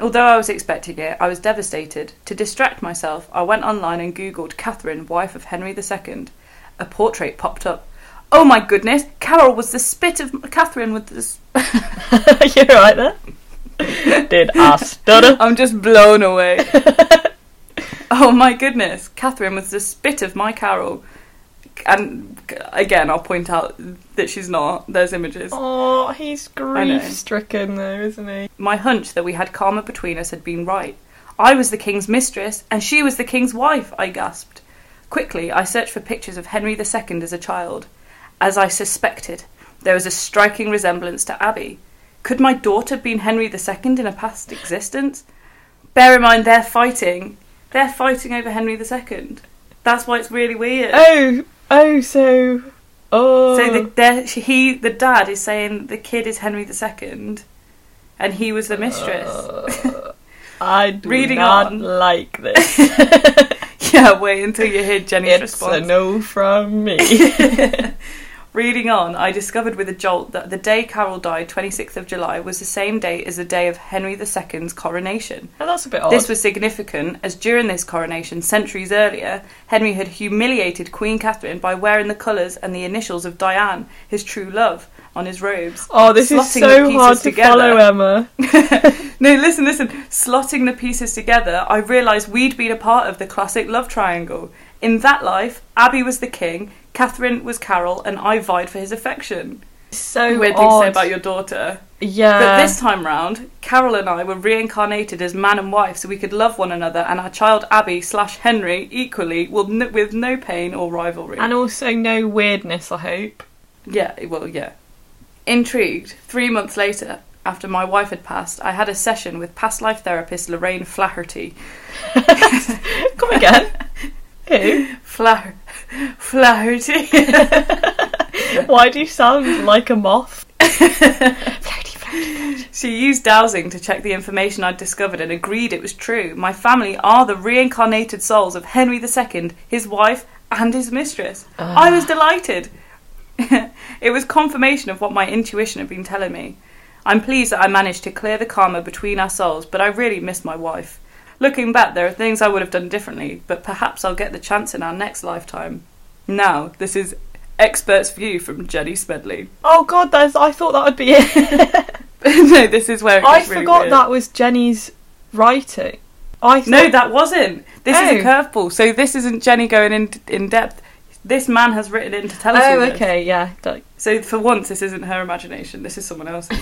[SPEAKER 2] Although I was expecting it, I was devastated. To distract myself, I went online and googled Catherine, wife of Henry II. A portrait popped up. Oh my goodness, Carol was the spit of Catherine with this.
[SPEAKER 1] You're right there. Did I stutter?
[SPEAKER 2] I'm just blown away. oh my goodness, Catherine was the spit of my Carol. And again, I'll point out that she's not. There's images.
[SPEAKER 1] Oh, he's
[SPEAKER 2] know.
[SPEAKER 1] grief stricken though, isn't he?
[SPEAKER 2] My hunch that we had karma between us had been right. I was the king's mistress, and she was the king's wife, I gasped. Quickly, I searched for pictures of Henry II as a child. As I suspected, there was a striking resemblance to Abby. Could my daughter have been Henry II in a past existence? Bear in mind, they're fighting. They're fighting over Henry II. That's why it's really weird.
[SPEAKER 1] Oh, oh, so, oh.
[SPEAKER 2] So the, there, she- he, the dad, is saying the kid is Henry II, and he was the mistress.
[SPEAKER 1] I do
[SPEAKER 2] reading
[SPEAKER 1] not
[SPEAKER 2] on.
[SPEAKER 1] like this.
[SPEAKER 2] Yeah, wait until you hear Jenny's
[SPEAKER 1] it's a
[SPEAKER 2] response.
[SPEAKER 1] no from me.
[SPEAKER 2] Reading on, I discovered with a jolt that the day Carol died, 26th of July, was the same day as the day of Henry II's coronation.
[SPEAKER 1] Now, that's a bit odd.
[SPEAKER 2] This was significant as during this coronation, centuries earlier, Henry had humiliated Queen Catherine by wearing the colours and the initials of Diane, his true love, on his robes.
[SPEAKER 1] oh, this is
[SPEAKER 2] slotting the
[SPEAKER 1] so
[SPEAKER 2] pieces
[SPEAKER 1] hard to
[SPEAKER 2] together.
[SPEAKER 1] follow, Emma.
[SPEAKER 2] No, listen, listen. Slotting the pieces together, I realised we'd been a part of the classic love triangle. In that life, Abby was the king, Catherine was Carol, and I vied for his affection.
[SPEAKER 1] So
[SPEAKER 2] Weird thing to
[SPEAKER 1] Oh, odd. Uh.
[SPEAKER 2] say about your daughter.
[SPEAKER 1] yeah.
[SPEAKER 2] But this time round, Carol and I were reincarnated as man and wife so we could love one another and our child Abby slash Henry equally will n- with no pain or rivalry.
[SPEAKER 1] and also no weirdness, I hope.
[SPEAKER 2] Yeah, well, yeah. Intrigued, three months later, after my wife had passed, I had a session with past life therapist Lorraine Flaherty.
[SPEAKER 1] Come again. Who?
[SPEAKER 2] Fla- Flaherty.
[SPEAKER 1] Why do you sound like a moth? floaty, floaty.
[SPEAKER 2] she used dowsing to check the information I'd discovered and agreed it was true. My family are the reincarnated souls of Henry II, his wife, and his mistress. I was delighted. it was confirmation of what my intuition had been telling me. I'm pleased that I managed to clear the karma between our souls, but I really miss my wife. Looking back, there are things I would have done differently, but perhaps I'll get the chance in our next lifetime. Now, this is expert's view from Jenny Smedley.
[SPEAKER 1] Oh god, that's, I thought that would be it.
[SPEAKER 2] no, this is where it
[SPEAKER 1] I
[SPEAKER 2] gets really
[SPEAKER 1] forgot
[SPEAKER 2] weird.
[SPEAKER 1] that was Jenny's writing. I thought,
[SPEAKER 2] No, that wasn't. This is
[SPEAKER 1] Oh.
[SPEAKER 2] a curveball. So this isn't Jenny going in in depth. This man has written in to tell us. all
[SPEAKER 1] Oh,
[SPEAKER 2] this.
[SPEAKER 1] okay, yeah. that-
[SPEAKER 2] So for once, this isn't her imagination. This is someone else's.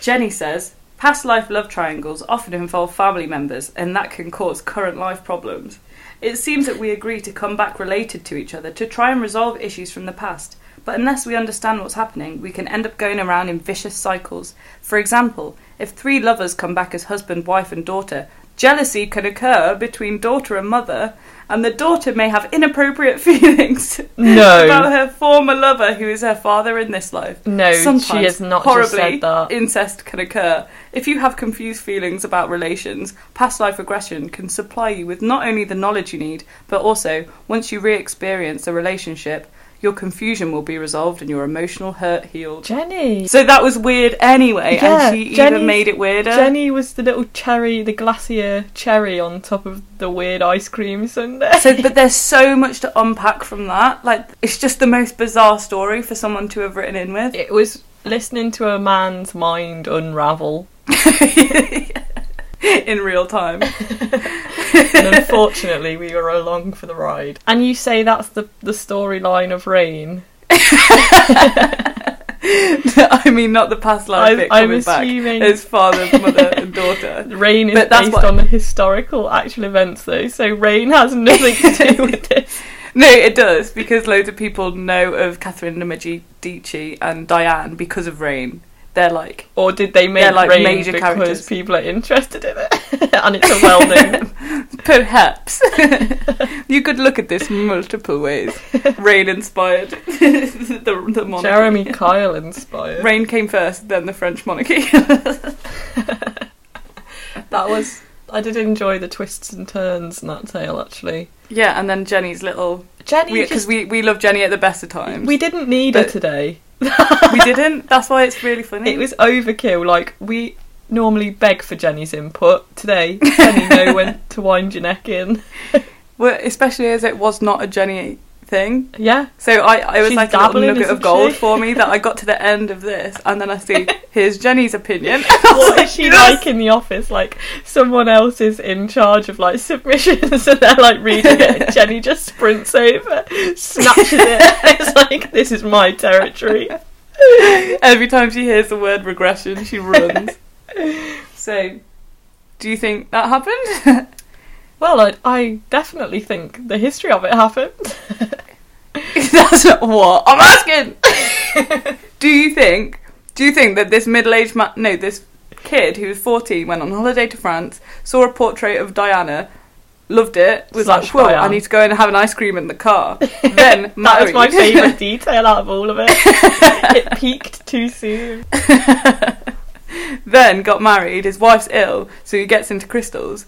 [SPEAKER 2] Jenny says past life love triangles often involve family members, and that can cause current life problems. It seems that we agree to come back related to each other to try and resolve issues from the past. But unless we understand what's happening, we can end up going around in vicious cycles. For example, if three lovers come back as husband, wife, and daughter, jealousy can occur between daughter and mother, and the daughter may have inappropriate feelings
[SPEAKER 1] No.
[SPEAKER 2] about her former lover, who is her father in this life.
[SPEAKER 1] No, she has not
[SPEAKER 2] horribly,
[SPEAKER 1] just said that.
[SPEAKER 2] Incest can occur. If you have confused feelings about relations, past life regression can supply you with not only the knowledge you need, but also, once you re experience the relationship, your confusion will be resolved and your emotional hurt healed.
[SPEAKER 1] Jenny.
[SPEAKER 2] So that was weird anyway,
[SPEAKER 1] Yeah,
[SPEAKER 2] and she
[SPEAKER 1] Jenny's-
[SPEAKER 2] even made it weirder.
[SPEAKER 1] Jenny was the little cherry, the glacier cherry on top of the weird ice cream sundae.
[SPEAKER 2] So, but there's so much to unpack from that. Like, it's just the most bizarre story for someone to have written in with.
[SPEAKER 1] it was listening to a man's mind unravel.
[SPEAKER 2] in real time.
[SPEAKER 1] and unfortunately, we were along for the ride. And you say that's the the storyline of Rain.
[SPEAKER 2] I mean, not the past life
[SPEAKER 1] I'm-
[SPEAKER 2] bit
[SPEAKER 1] I'm
[SPEAKER 2] coming
[SPEAKER 1] assuming-
[SPEAKER 2] back. It's father, mother, and daughter.
[SPEAKER 1] Rain is
[SPEAKER 2] But that's
[SPEAKER 1] based
[SPEAKER 2] what-
[SPEAKER 1] on historical actual events, though, so Rain has nothing to do with this.
[SPEAKER 2] No, it does because loads of people know of Catherine de Medici and Diane because of Rain. They're like,
[SPEAKER 1] Or did they make
[SPEAKER 2] They're, like,
[SPEAKER 1] Rain
[SPEAKER 2] major
[SPEAKER 1] because
[SPEAKER 2] characters.
[SPEAKER 1] people are interested in it, and it's a well-known
[SPEAKER 2] perhaps you could look at this multiple ways. Rain inspired the, the monarchy.
[SPEAKER 1] Jeremy Kyle inspired.
[SPEAKER 2] Rain came first, then the French monarchy.
[SPEAKER 1] That was I did enjoy the twists and turns in that tale actually.
[SPEAKER 2] yeah, and then Jenny's little
[SPEAKER 1] Jenny
[SPEAKER 2] because
[SPEAKER 1] just,
[SPEAKER 2] we, we love Jenny at the best of times.
[SPEAKER 1] we didn't need her
[SPEAKER 2] But-
[SPEAKER 1] today.
[SPEAKER 2] we didn't. That's why it's really funny.
[SPEAKER 1] It was overkill. Like we normally beg for Jenny's input today. Jenny know when to wind your neck in.
[SPEAKER 2] Well, especially as it was not a Jenny thing.
[SPEAKER 1] Yeah,
[SPEAKER 2] So I, I was
[SPEAKER 1] She's
[SPEAKER 2] like a little
[SPEAKER 1] dabbling,
[SPEAKER 2] nugget of
[SPEAKER 1] isn't
[SPEAKER 2] gold
[SPEAKER 1] she?
[SPEAKER 2] for me that I got to the end of this, and then I see here's Jenny's opinion.
[SPEAKER 1] what is she like in the office? Like someone else is in charge of like submissions, and they're like reading it. And Jenny just sprints over, snatches it. It's like this is my territory.
[SPEAKER 2] Every time she hears the word regression, she runs. so, do you think that happened?
[SPEAKER 1] Well, I, I definitely think the history of it happened.
[SPEAKER 2] That's not what I'm asking. do you think? Do you think that this middle-aged man? No, this kid who was 14 went on holiday to France, saw a portrait of Diana, loved it, was
[SPEAKER 1] Slash
[SPEAKER 2] like, "Whoa, I
[SPEAKER 1] Diane."
[SPEAKER 2] need to go and have an ice cream in the car." then
[SPEAKER 1] That was my
[SPEAKER 2] married.
[SPEAKER 1] favourite detail out of all of it. it peaked too soon.
[SPEAKER 2] then got married. His wife's ill, so he gets into crystals.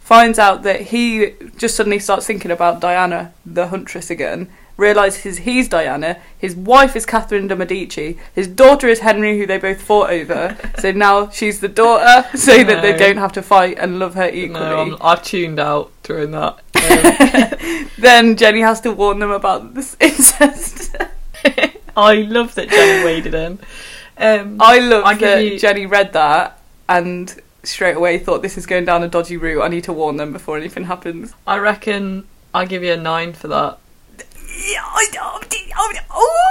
[SPEAKER 2] Finds out that he just suddenly starts thinking about Diana, the huntress again. Realizes he's Diana. His wife is Catherine de Medici. His daughter is Henry, who they both fought over. so now she's the daughter, so that they
[SPEAKER 1] No.
[SPEAKER 2] don't have to fight and love her equally.
[SPEAKER 1] No, I'm, I've tuned out during that. Um,
[SPEAKER 2] Then Jenny has to warn them about this incest.
[SPEAKER 1] I love that Jenny waded in. Um,
[SPEAKER 2] I love
[SPEAKER 1] I give
[SPEAKER 2] that
[SPEAKER 1] you-
[SPEAKER 2] Jenny read that and straight away thought this is going down a dodgy route. I need to warn them before anything happens.
[SPEAKER 1] I reckon I give you a nine for that.
[SPEAKER 2] Yeah, I- oh, d- oh, d- oh.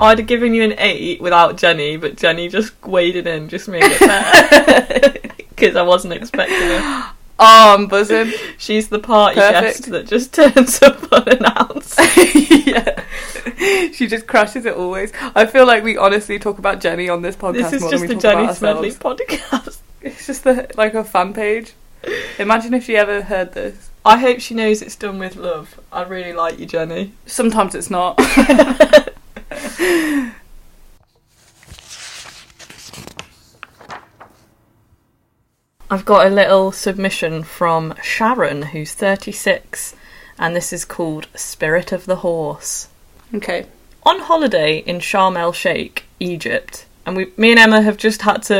[SPEAKER 1] I'd have given you an eight without Jenny, but Jenny just waded in, just made it better because I wasn't expecting her.
[SPEAKER 2] Oh, I'm buzzing.
[SPEAKER 1] She's the party guest
[SPEAKER 2] Perfect.
[SPEAKER 1] that just turns up unannounced.
[SPEAKER 2] yeah. She just crashes it always. I feel like we honestly talk about Jenny on this podcast
[SPEAKER 1] This is
[SPEAKER 2] more
[SPEAKER 1] just
[SPEAKER 2] than we
[SPEAKER 1] a
[SPEAKER 2] talk
[SPEAKER 1] Jenny
[SPEAKER 2] about
[SPEAKER 1] Smedley
[SPEAKER 2] ourselves.
[SPEAKER 1] podcast.
[SPEAKER 2] It's just the, like a fan page. Imagine if she ever heard this.
[SPEAKER 1] I hope she knows it's done with love. I really like you, Jenny.
[SPEAKER 2] Sometimes it's not.
[SPEAKER 1] I've got a little submission from Sharon, who's 36, and this is called Spirit of the Horse.
[SPEAKER 2] Okay.
[SPEAKER 1] On holiday in Sharm el Sheikh, Egypt, and we, me and Emma have just had to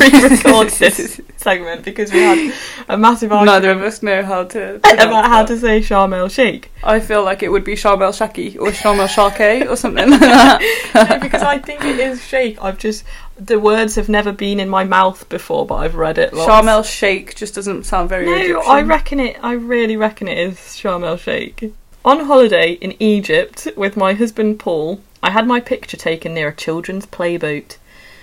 [SPEAKER 1] re record this segment because we had a massive argument
[SPEAKER 2] Neither of us know how to.
[SPEAKER 1] about how to say Sharm el Sheikh.
[SPEAKER 2] I feel like it would be Sharm el Shaki or Sharm el Shake or something like that.
[SPEAKER 1] no, because I think it is Sheikh. I've just, the words have never been in my mouth before, but I've read it lots.
[SPEAKER 2] Sharm el Shake just doesn't sound very
[SPEAKER 1] No,
[SPEAKER 2] Egyptian.
[SPEAKER 1] I reckon it. I really reckon it is Sharm el Sheikh. On holiday in Egypt with my husband Paul, I had my picture taken near a children's playboat.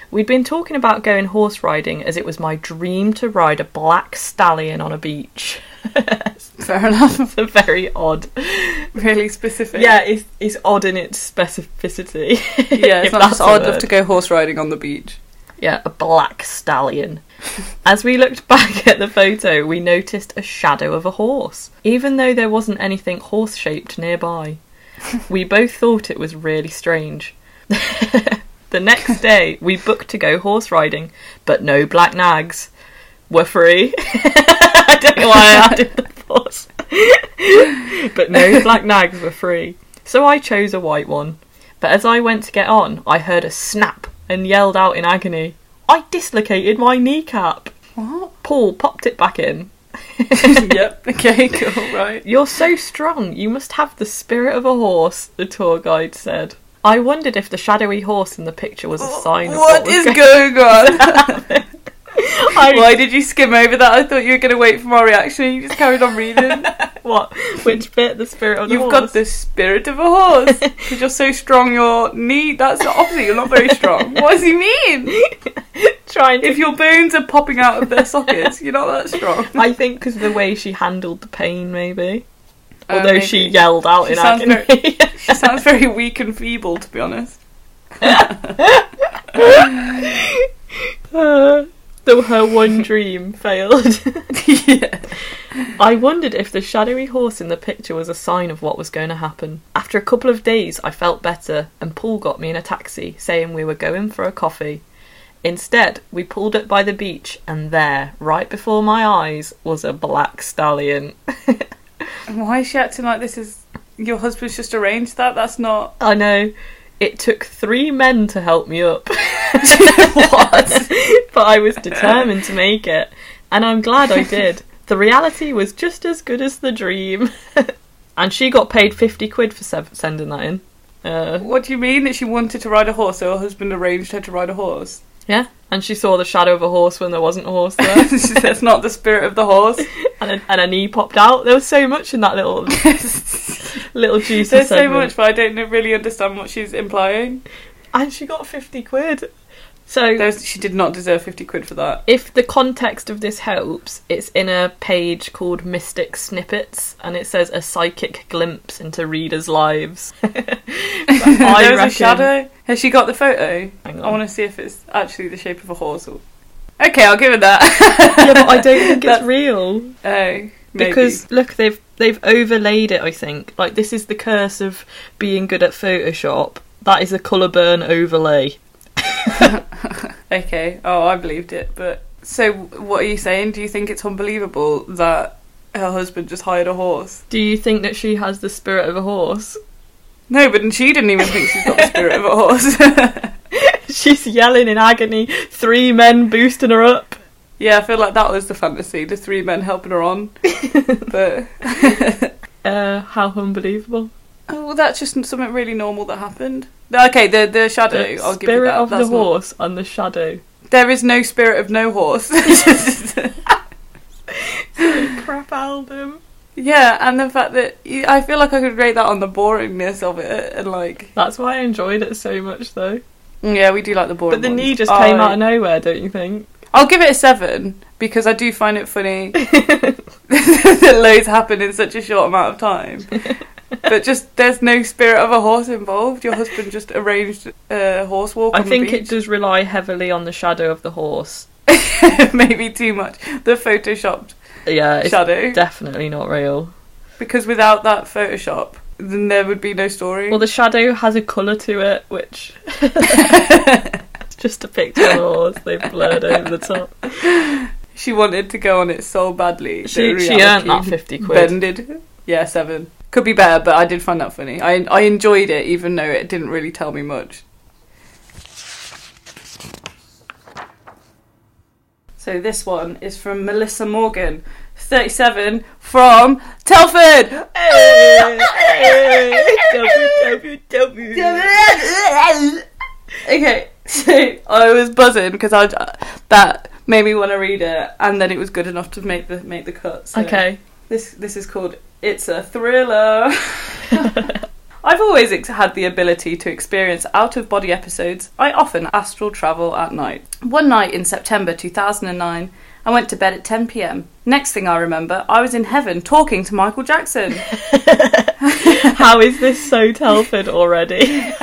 [SPEAKER 1] We'd been talking about going horse riding as it was my dream to ride a black stallion on a beach.
[SPEAKER 2] Fair enough.
[SPEAKER 1] It's a very odd.
[SPEAKER 2] really specific.
[SPEAKER 1] Yeah, it's, it's odd in its specificity.
[SPEAKER 2] Yeah,
[SPEAKER 1] If
[SPEAKER 2] it's not
[SPEAKER 1] that's
[SPEAKER 2] just,
[SPEAKER 1] a
[SPEAKER 2] oh, I'd love
[SPEAKER 1] word.
[SPEAKER 2] to go horse riding on the beach.
[SPEAKER 1] Yeah, a black stallion. As we looked back at the photo, we noticed a shadow of a horse, even though there wasn't anything horse shaped nearby. We both thought it was really strange. the next day, we booked to go horse riding, but no black nags. We're free. I don't know why I added the horse. but no black nags were free. So I chose a white one. But as I went to get on, I heard a snap and yelled out in agony, I dislocated my kneecap.
[SPEAKER 2] What?
[SPEAKER 1] Paul popped it back in.
[SPEAKER 2] yep. Okay, cool, right.
[SPEAKER 1] You're so strong, you must have the spirit of a horse, the tour guide said. I wondered if the shadowy horse in the picture was a sign of what,
[SPEAKER 2] what
[SPEAKER 1] was
[SPEAKER 2] is
[SPEAKER 1] going
[SPEAKER 2] going on?
[SPEAKER 1] I,
[SPEAKER 2] Why did you skim over that? I thought you were going to wait for my reaction. You just carried on reading.
[SPEAKER 1] what? Which bit? The spirit on the
[SPEAKER 2] You've got
[SPEAKER 1] horse?
[SPEAKER 2] the spirit of a horse because you're so strong. Your knee. That's the opposite. You're not very strong. What does he mean?
[SPEAKER 1] trying to
[SPEAKER 2] If your bones are popping out of their sockets, you're not that strong.
[SPEAKER 1] I think because of the way she handled the pain, maybe.
[SPEAKER 2] Uh,
[SPEAKER 1] Although she
[SPEAKER 2] maybe.
[SPEAKER 1] yelled out
[SPEAKER 2] She
[SPEAKER 1] in
[SPEAKER 2] sounds
[SPEAKER 1] agony.
[SPEAKER 2] she sounds very weak and feeble, to be honest.
[SPEAKER 1] Uh, Though her one dream failed. I wondered if the shadowy horse in the picture was a sign of what was going to happen. After a couple of days, I felt better, and Paul got me in a taxi, saying we were going for a coffee. Instead, we pulled up by the beach, and there, right before my eyes, was a black stallion.
[SPEAKER 2] Why is she acting like this? Is your husband's just arranged that? That's not.
[SPEAKER 1] I know. It took three men to help me up.
[SPEAKER 2] What?
[SPEAKER 1] but I was determined to make it, and I'm glad I did. The reality was just as good as the dream. and she got paid 50 quid for se- sending that in. Uh,
[SPEAKER 2] What do you mean that she wanted to ride a horse? So her husband arranged her to ride a horse.
[SPEAKER 1] yeah, and she saw the shadow of a horse when there wasn't a horse there,
[SPEAKER 2] That's not the spirit of the horse.
[SPEAKER 1] and a, and a knee popped out. There was so much in that little little juicy
[SPEAKER 2] There's so
[SPEAKER 1] segment.
[SPEAKER 2] much, but I don't know- really understand what she's implying.
[SPEAKER 1] and she got 50 quid. So
[SPEAKER 2] There's, she did not deserve 50 quid for that.
[SPEAKER 1] if the context of this helps, it's in a page called Mystic Snippets, and it says a psychic glimpse into readers' lives. I
[SPEAKER 2] There's
[SPEAKER 1] reckon-
[SPEAKER 2] a shadow. Has she got the photo?
[SPEAKER 1] Hang
[SPEAKER 2] I
[SPEAKER 1] on.
[SPEAKER 2] want to see if it's actually the shape of a horse. Or... Okay, I'll give her that.
[SPEAKER 1] yeah, but I don't think it's
[SPEAKER 2] That's-
[SPEAKER 1] real
[SPEAKER 2] Oh, maybe.
[SPEAKER 1] because look, they've they've overlaid it. I think like this is the curse of being good at Photoshop. That is a color burn overlay.
[SPEAKER 2] Okay. Oh, I believed it. But so, what are you saying? Do you think it's unbelievable that her husband just hired a horse?
[SPEAKER 1] Do you think that she has the spirit of a horse?
[SPEAKER 2] No, but she didn't even think she's got the spirit of a horse.
[SPEAKER 1] She's yelling in agony. Three men boosting her up.
[SPEAKER 2] yeah, I feel like that was the fantasy. The three men helping her on. but
[SPEAKER 1] Uh, how unbelievable!
[SPEAKER 2] oh, well, that's just something really normal that happened. Okay, the the shadow.
[SPEAKER 1] The
[SPEAKER 2] I'll give you
[SPEAKER 1] spirit
[SPEAKER 2] that.
[SPEAKER 1] of the
[SPEAKER 2] That's not-
[SPEAKER 1] horse and the shadow.
[SPEAKER 2] There is no spirit of no horse.
[SPEAKER 1] Crap album.
[SPEAKER 2] yeah, and the fact that I feel like I could rate that on the boringness of it and like
[SPEAKER 1] That's why I enjoyed it so much, though.
[SPEAKER 2] yeah, we do like the boring.
[SPEAKER 1] But the knee
[SPEAKER 2] ones.
[SPEAKER 1] just came
[SPEAKER 2] I-
[SPEAKER 1] out of nowhere, don't you think?
[SPEAKER 2] I'll give it a seven because I do find it funny that loads happen in such a short amount of time. But just there's no spirit of a horse involved. Your husband just arranged a horse walk.
[SPEAKER 1] I
[SPEAKER 2] on
[SPEAKER 1] think
[SPEAKER 2] the
[SPEAKER 1] it
[SPEAKER 2] beach.
[SPEAKER 1] does rely heavily on the shadow of the horse.
[SPEAKER 2] maybe too much the photoshopped
[SPEAKER 1] Yeah, it's
[SPEAKER 2] shadow
[SPEAKER 1] definitely not real.
[SPEAKER 2] because without that Photoshop, then there would be no story.
[SPEAKER 1] Well, the shadow has a colour to it, which it's just a picture of a horse. They blurred over the top.
[SPEAKER 2] she wanted to go on it so badly. that
[SPEAKER 1] She, she earned
[SPEAKER 2] reality
[SPEAKER 1] that fifty quid.
[SPEAKER 2] Bended. Yeah, seven. Could be better, but I did find that funny. I I enjoyed it, even though it didn't really tell me much. So this one is from Melissa Morgan, 37, from Telford. okay, so I was buzzing because I that made me want to read it, and then it was good enough to make the make the cut. so-
[SPEAKER 1] Okay.
[SPEAKER 2] this this is called It's a Thriller. I've always ex- had the ability to experience out of body episodes. I often astral travel at night. One night in September 2009, I went to bed at 10 pm. Next thing I remember, I was in heaven talking to Michael Jackson.
[SPEAKER 1] How is this so Telford already?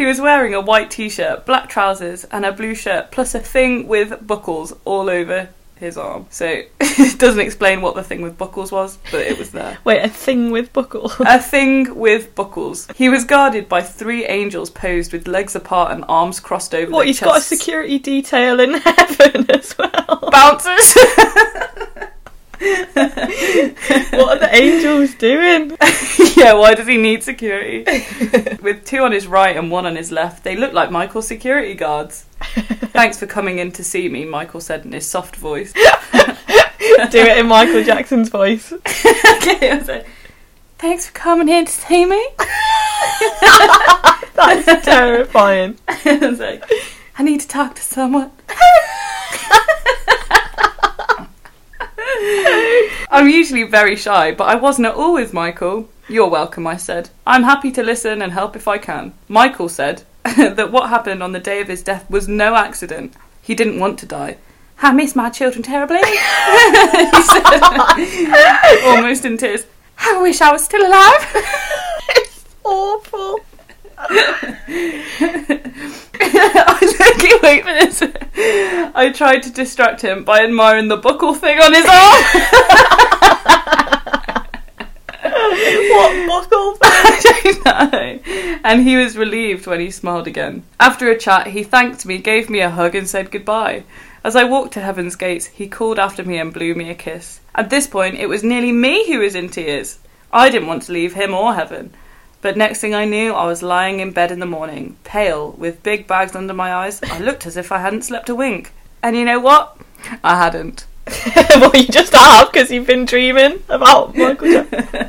[SPEAKER 2] He was wearing a white t shirt, black trousers, and a blue shirt, plus a thing with buckles all over his arm. So, it doesn't explain what the thing with buckles was, but it was there.
[SPEAKER 1] Wait, a thing with buckle.
[SPEAKER 2] a thing with buckles. He was guarded by three angels posed with legs apart and arms crossed over.
[SPEAKER 1] What,
[SPEAKER 2] their
[SPEAKER 1] you've got a
[SPEAKER 2] chests.
[SPEAKER 1] security detail in heaven as well.
[SPEAKER 2] bouncers?
[SPEAKER 1] What are the angels doing?
[SPEAKER 2] yeah, why does he need security? with two on his right and one on his left, they look like Michael's security guards. Thanks for coming in to see me, Michael said in his soft voice.
[SPEAKER 1] Do it in Michael Jackson's voice.
[SPEAKER 2] okay, I was like, Thanks for coming in to see me.
[SPEAKER 1] That's terrifying.
[SPEAKER 2] I was like, I need to talk to someone. I'm usually very shy, but I wasn't at all with Michael. You're welcome, I said. I'm happy to listen and help if I can. Michael said that what happened on the day of his death was no accident. He didn't want to die. I miss my children terribly. he said, almost in tears. I wish I was still alive.
[SPEAKER 1] It's awful.
[SPEAKER 2] I look, wait for this. I tried to distract him by admiring the buckle thing on his arm.
[SPEAKER 1] What buckle?
[SPEAKER 2] I don't know. And he was relieved when he smiled again. After a chat, he thanked me, gave me a hug, and said goodbye. As I walked to heaven's gates, he called after me and blew me a kiss. At this point, it was nearly me who was in tears. I didn't want to leave him or heaven. But next thing I knew, I was lying in bed in the morning, pale, with big bags under my eyes. I looked as if I hadn't slept a wink. And you know what? I hadn't.
[SPEAKER 1] well, you just have because you've been dreaming about Michael Jackson.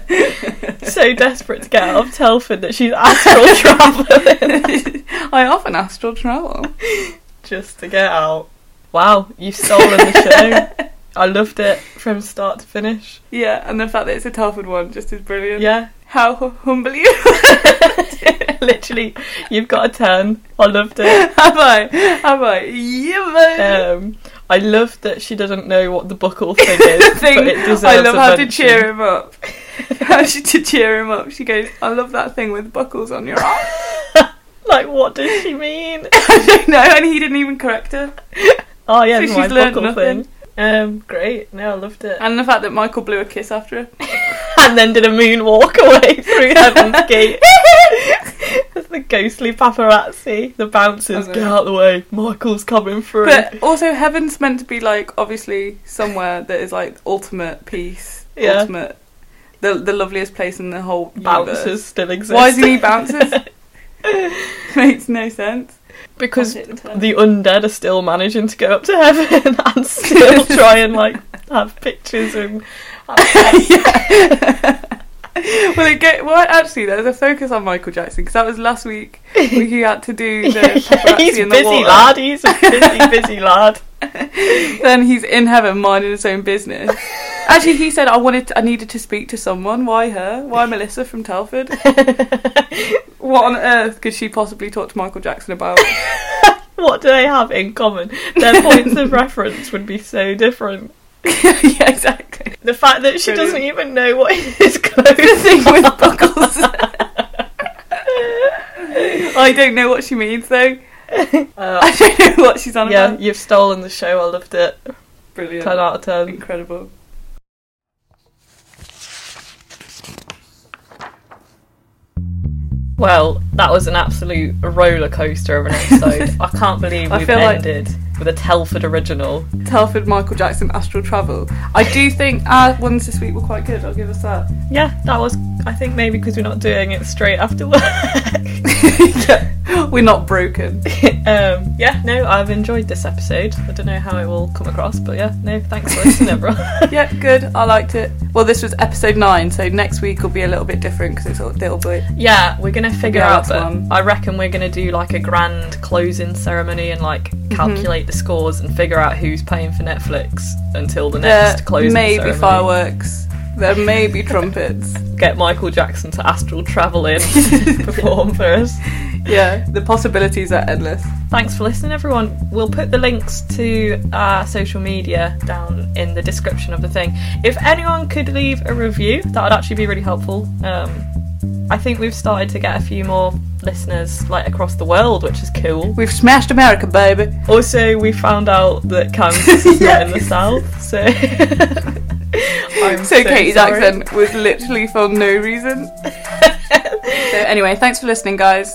[SPEAKER 1] so desperate to get out of Telford that she's astral travelling
[SPEAKER 2] I often astral travel.
[SPEAKER 1] just to get out. Wow, you've stolen the show. I loved it from start to finish.
[SPEAKER 2] Yeah, and the fact that it's a Telford one just is brilliant.
[SPEAKER 1] Yeah,
[SPEAKER 2] How hu- humble you
[SPEAKER 1] literally, you've got a 10. I loved it.
[SPEAKER 2] have I? Have I? Yeah, man.
[SPEAKER 1] Um, I love that she doesn't know what the buckle thing is.
[SPEAKER 2] Thing,
[SPEAKER 1] but it deserves
[SPEAKER 2] I love
[SPEAKER 1] a
[SPEAKER 2] how to
[SPEAKER 1] mention.
[SPEAKER 2] cheer him up. how she to cheer him up. She goes, "I love that thing with buckles on your arm."
[SPEAKER 1] Like, what does she mean?
[SPEAKER 2] no, and he didn't even correct her.
[SPEAKER 1] Oh, yeah,
[SPEAKER 2] So
[SPEAKER 1] the
[SPEAKER 2] she's
[SPEAKER 1] my
[SPEAKER 2] learnt
[SPEAKER 1] buckle
[SPEAKER 2] nothing.
[SPEAKER 1] thing. Um, great. No, I loved it.
[SPEAKER 2] And the fact that Michael blew a kiss after her.
[SPEAKER 1] and then did a moonwalk away through Heaven's Gate. As the ghostly paparazzi, the bouncers,
[SPEAKER 2] Okay.
[SPEAKER 1] get out the way. Michael's coming through.
[SPEAKER 2] But also, heaven's meant to be like obviously somewhere that is like ultimate peace,
[SPEAKER 1] Yeah.
[SPEAKER 2] ultimate, the the loveliest place in the whole universe.
[SPEAKER 1] bouncers still exist.
[SPEAKER 2] Why does he need bouncers? Makes no sense.
[SPEAKER 1] Because
[SPEAKER 2] Opposite to-
[SPEAKER 1] the undead are still managing to go up to heaven and still try and like have pictures and
[SPEAKER 2] Well, it get well. Actually, there's a focus on Michael Jackson because that was last week. where He had to do the paparazzi
[SPEAKER 1] he's
[SPEAKER 2] in the
[SPEAKER 1] busy
[SPEAKER 2] water.
[SPEAKER 1] lad. He's a busy busy lad.
[SPEAKER 2] Then he's in heaven minding his own business. Actually, he said, "I wanted, to, I needed to speak to someone. Why her? Why Melissa from Telford? what on earth could she possibly talk to Michael Jackson about?"
[SPEAKER 1] What do they have in common? Their points of reference would be so different.
[SPEAKER 2] yeah, exactly.
[SPEAKER 1] The fact that she
[SPEAKER 2] Brilliant.
[SPEAKER 1] doesn't even know what his clothes
[SPEAKER 2] Thing with buckles. I don't know what she means though. I
[SPEAKER 1] Uh,
[SPEAKER 2] don't know what she's on
[SPEAKER 1] yeah,
[SPEAKER 2] about.
[SPEAKER 1] you've stolen the show. I loved it.
[SPEAKER 2] Brilliant.
[SPEAKER 1] 10 out of 10.
[SPEAKER 2] Incredible.
[SPEAKER 1] Well, that was an absolute roller coaster of an episode. I can't believe
[SPEAKER 2] I
[SPEAKER 1] we've
[SPEAKER 2] feel like-
[SPEAKER 1] ended with a Telford original.
[SPEAKER 2] Telford Michael Jackson astral travel. I do think our ones this week were quite good. I'll give us that.
[SPEAKER 1] Yeah, that was. I think maybe because we're not doing it straight after work.
[SPEAKER 2] yeah, we're not broken.
[SPEAKER 1] um, yeah, no, I've enjoyed this episode. I don't know how it will come across, but yeah, no, thanks for listening, everyone.
[SPEAKER 2] Yeah, good. I liked it. Well, this was episode nine, so next week will be a little bit different because it's a little bit.
[SPEAKER 1] yeah, we're gonna figure
[SPEAKER 2] Yeah,
[SPEAKER 1] out.
[SPEAKER 2] that's
[SPEAKER 1] But
[SPEAKER 2] one.
[SPEAKER 1] I reckon we're gonna do like a grand closing ceremony and like calculate the scores and figure out who's paying for Netflix until the next
[SPEAKER 2] there
[SPEAKER 1] closing
[SPEAKER 2] may be
[SPEAKER 1] ceremony.
[SPEAKER 2] fireworks. There may be trumpets.
[SPEAKER 1] Get Michael Jackson to astral travel in perform for us.
[SPEAKER 2] yeah, the possibilities are endless.
[SPEAKER 1] Thanks for listening, everyone. We'll put the links to our social media down in the description of the thing. If anyone could leave a review, that would actually be really helpful. Um, I think we've started to get a few more listeners like across the world, which is cool.
[SPEAKER 2] We've smashed America, baby.
[SPEAKER 1] Also, we found out that Kansas is not in the south, so. I'm
[SPEAKER 2] So, Katie's
[SPEAKER 1] sorry.
[SPEAKER 2] accent was literally for no reason. so anyway, thanks for listening, guys.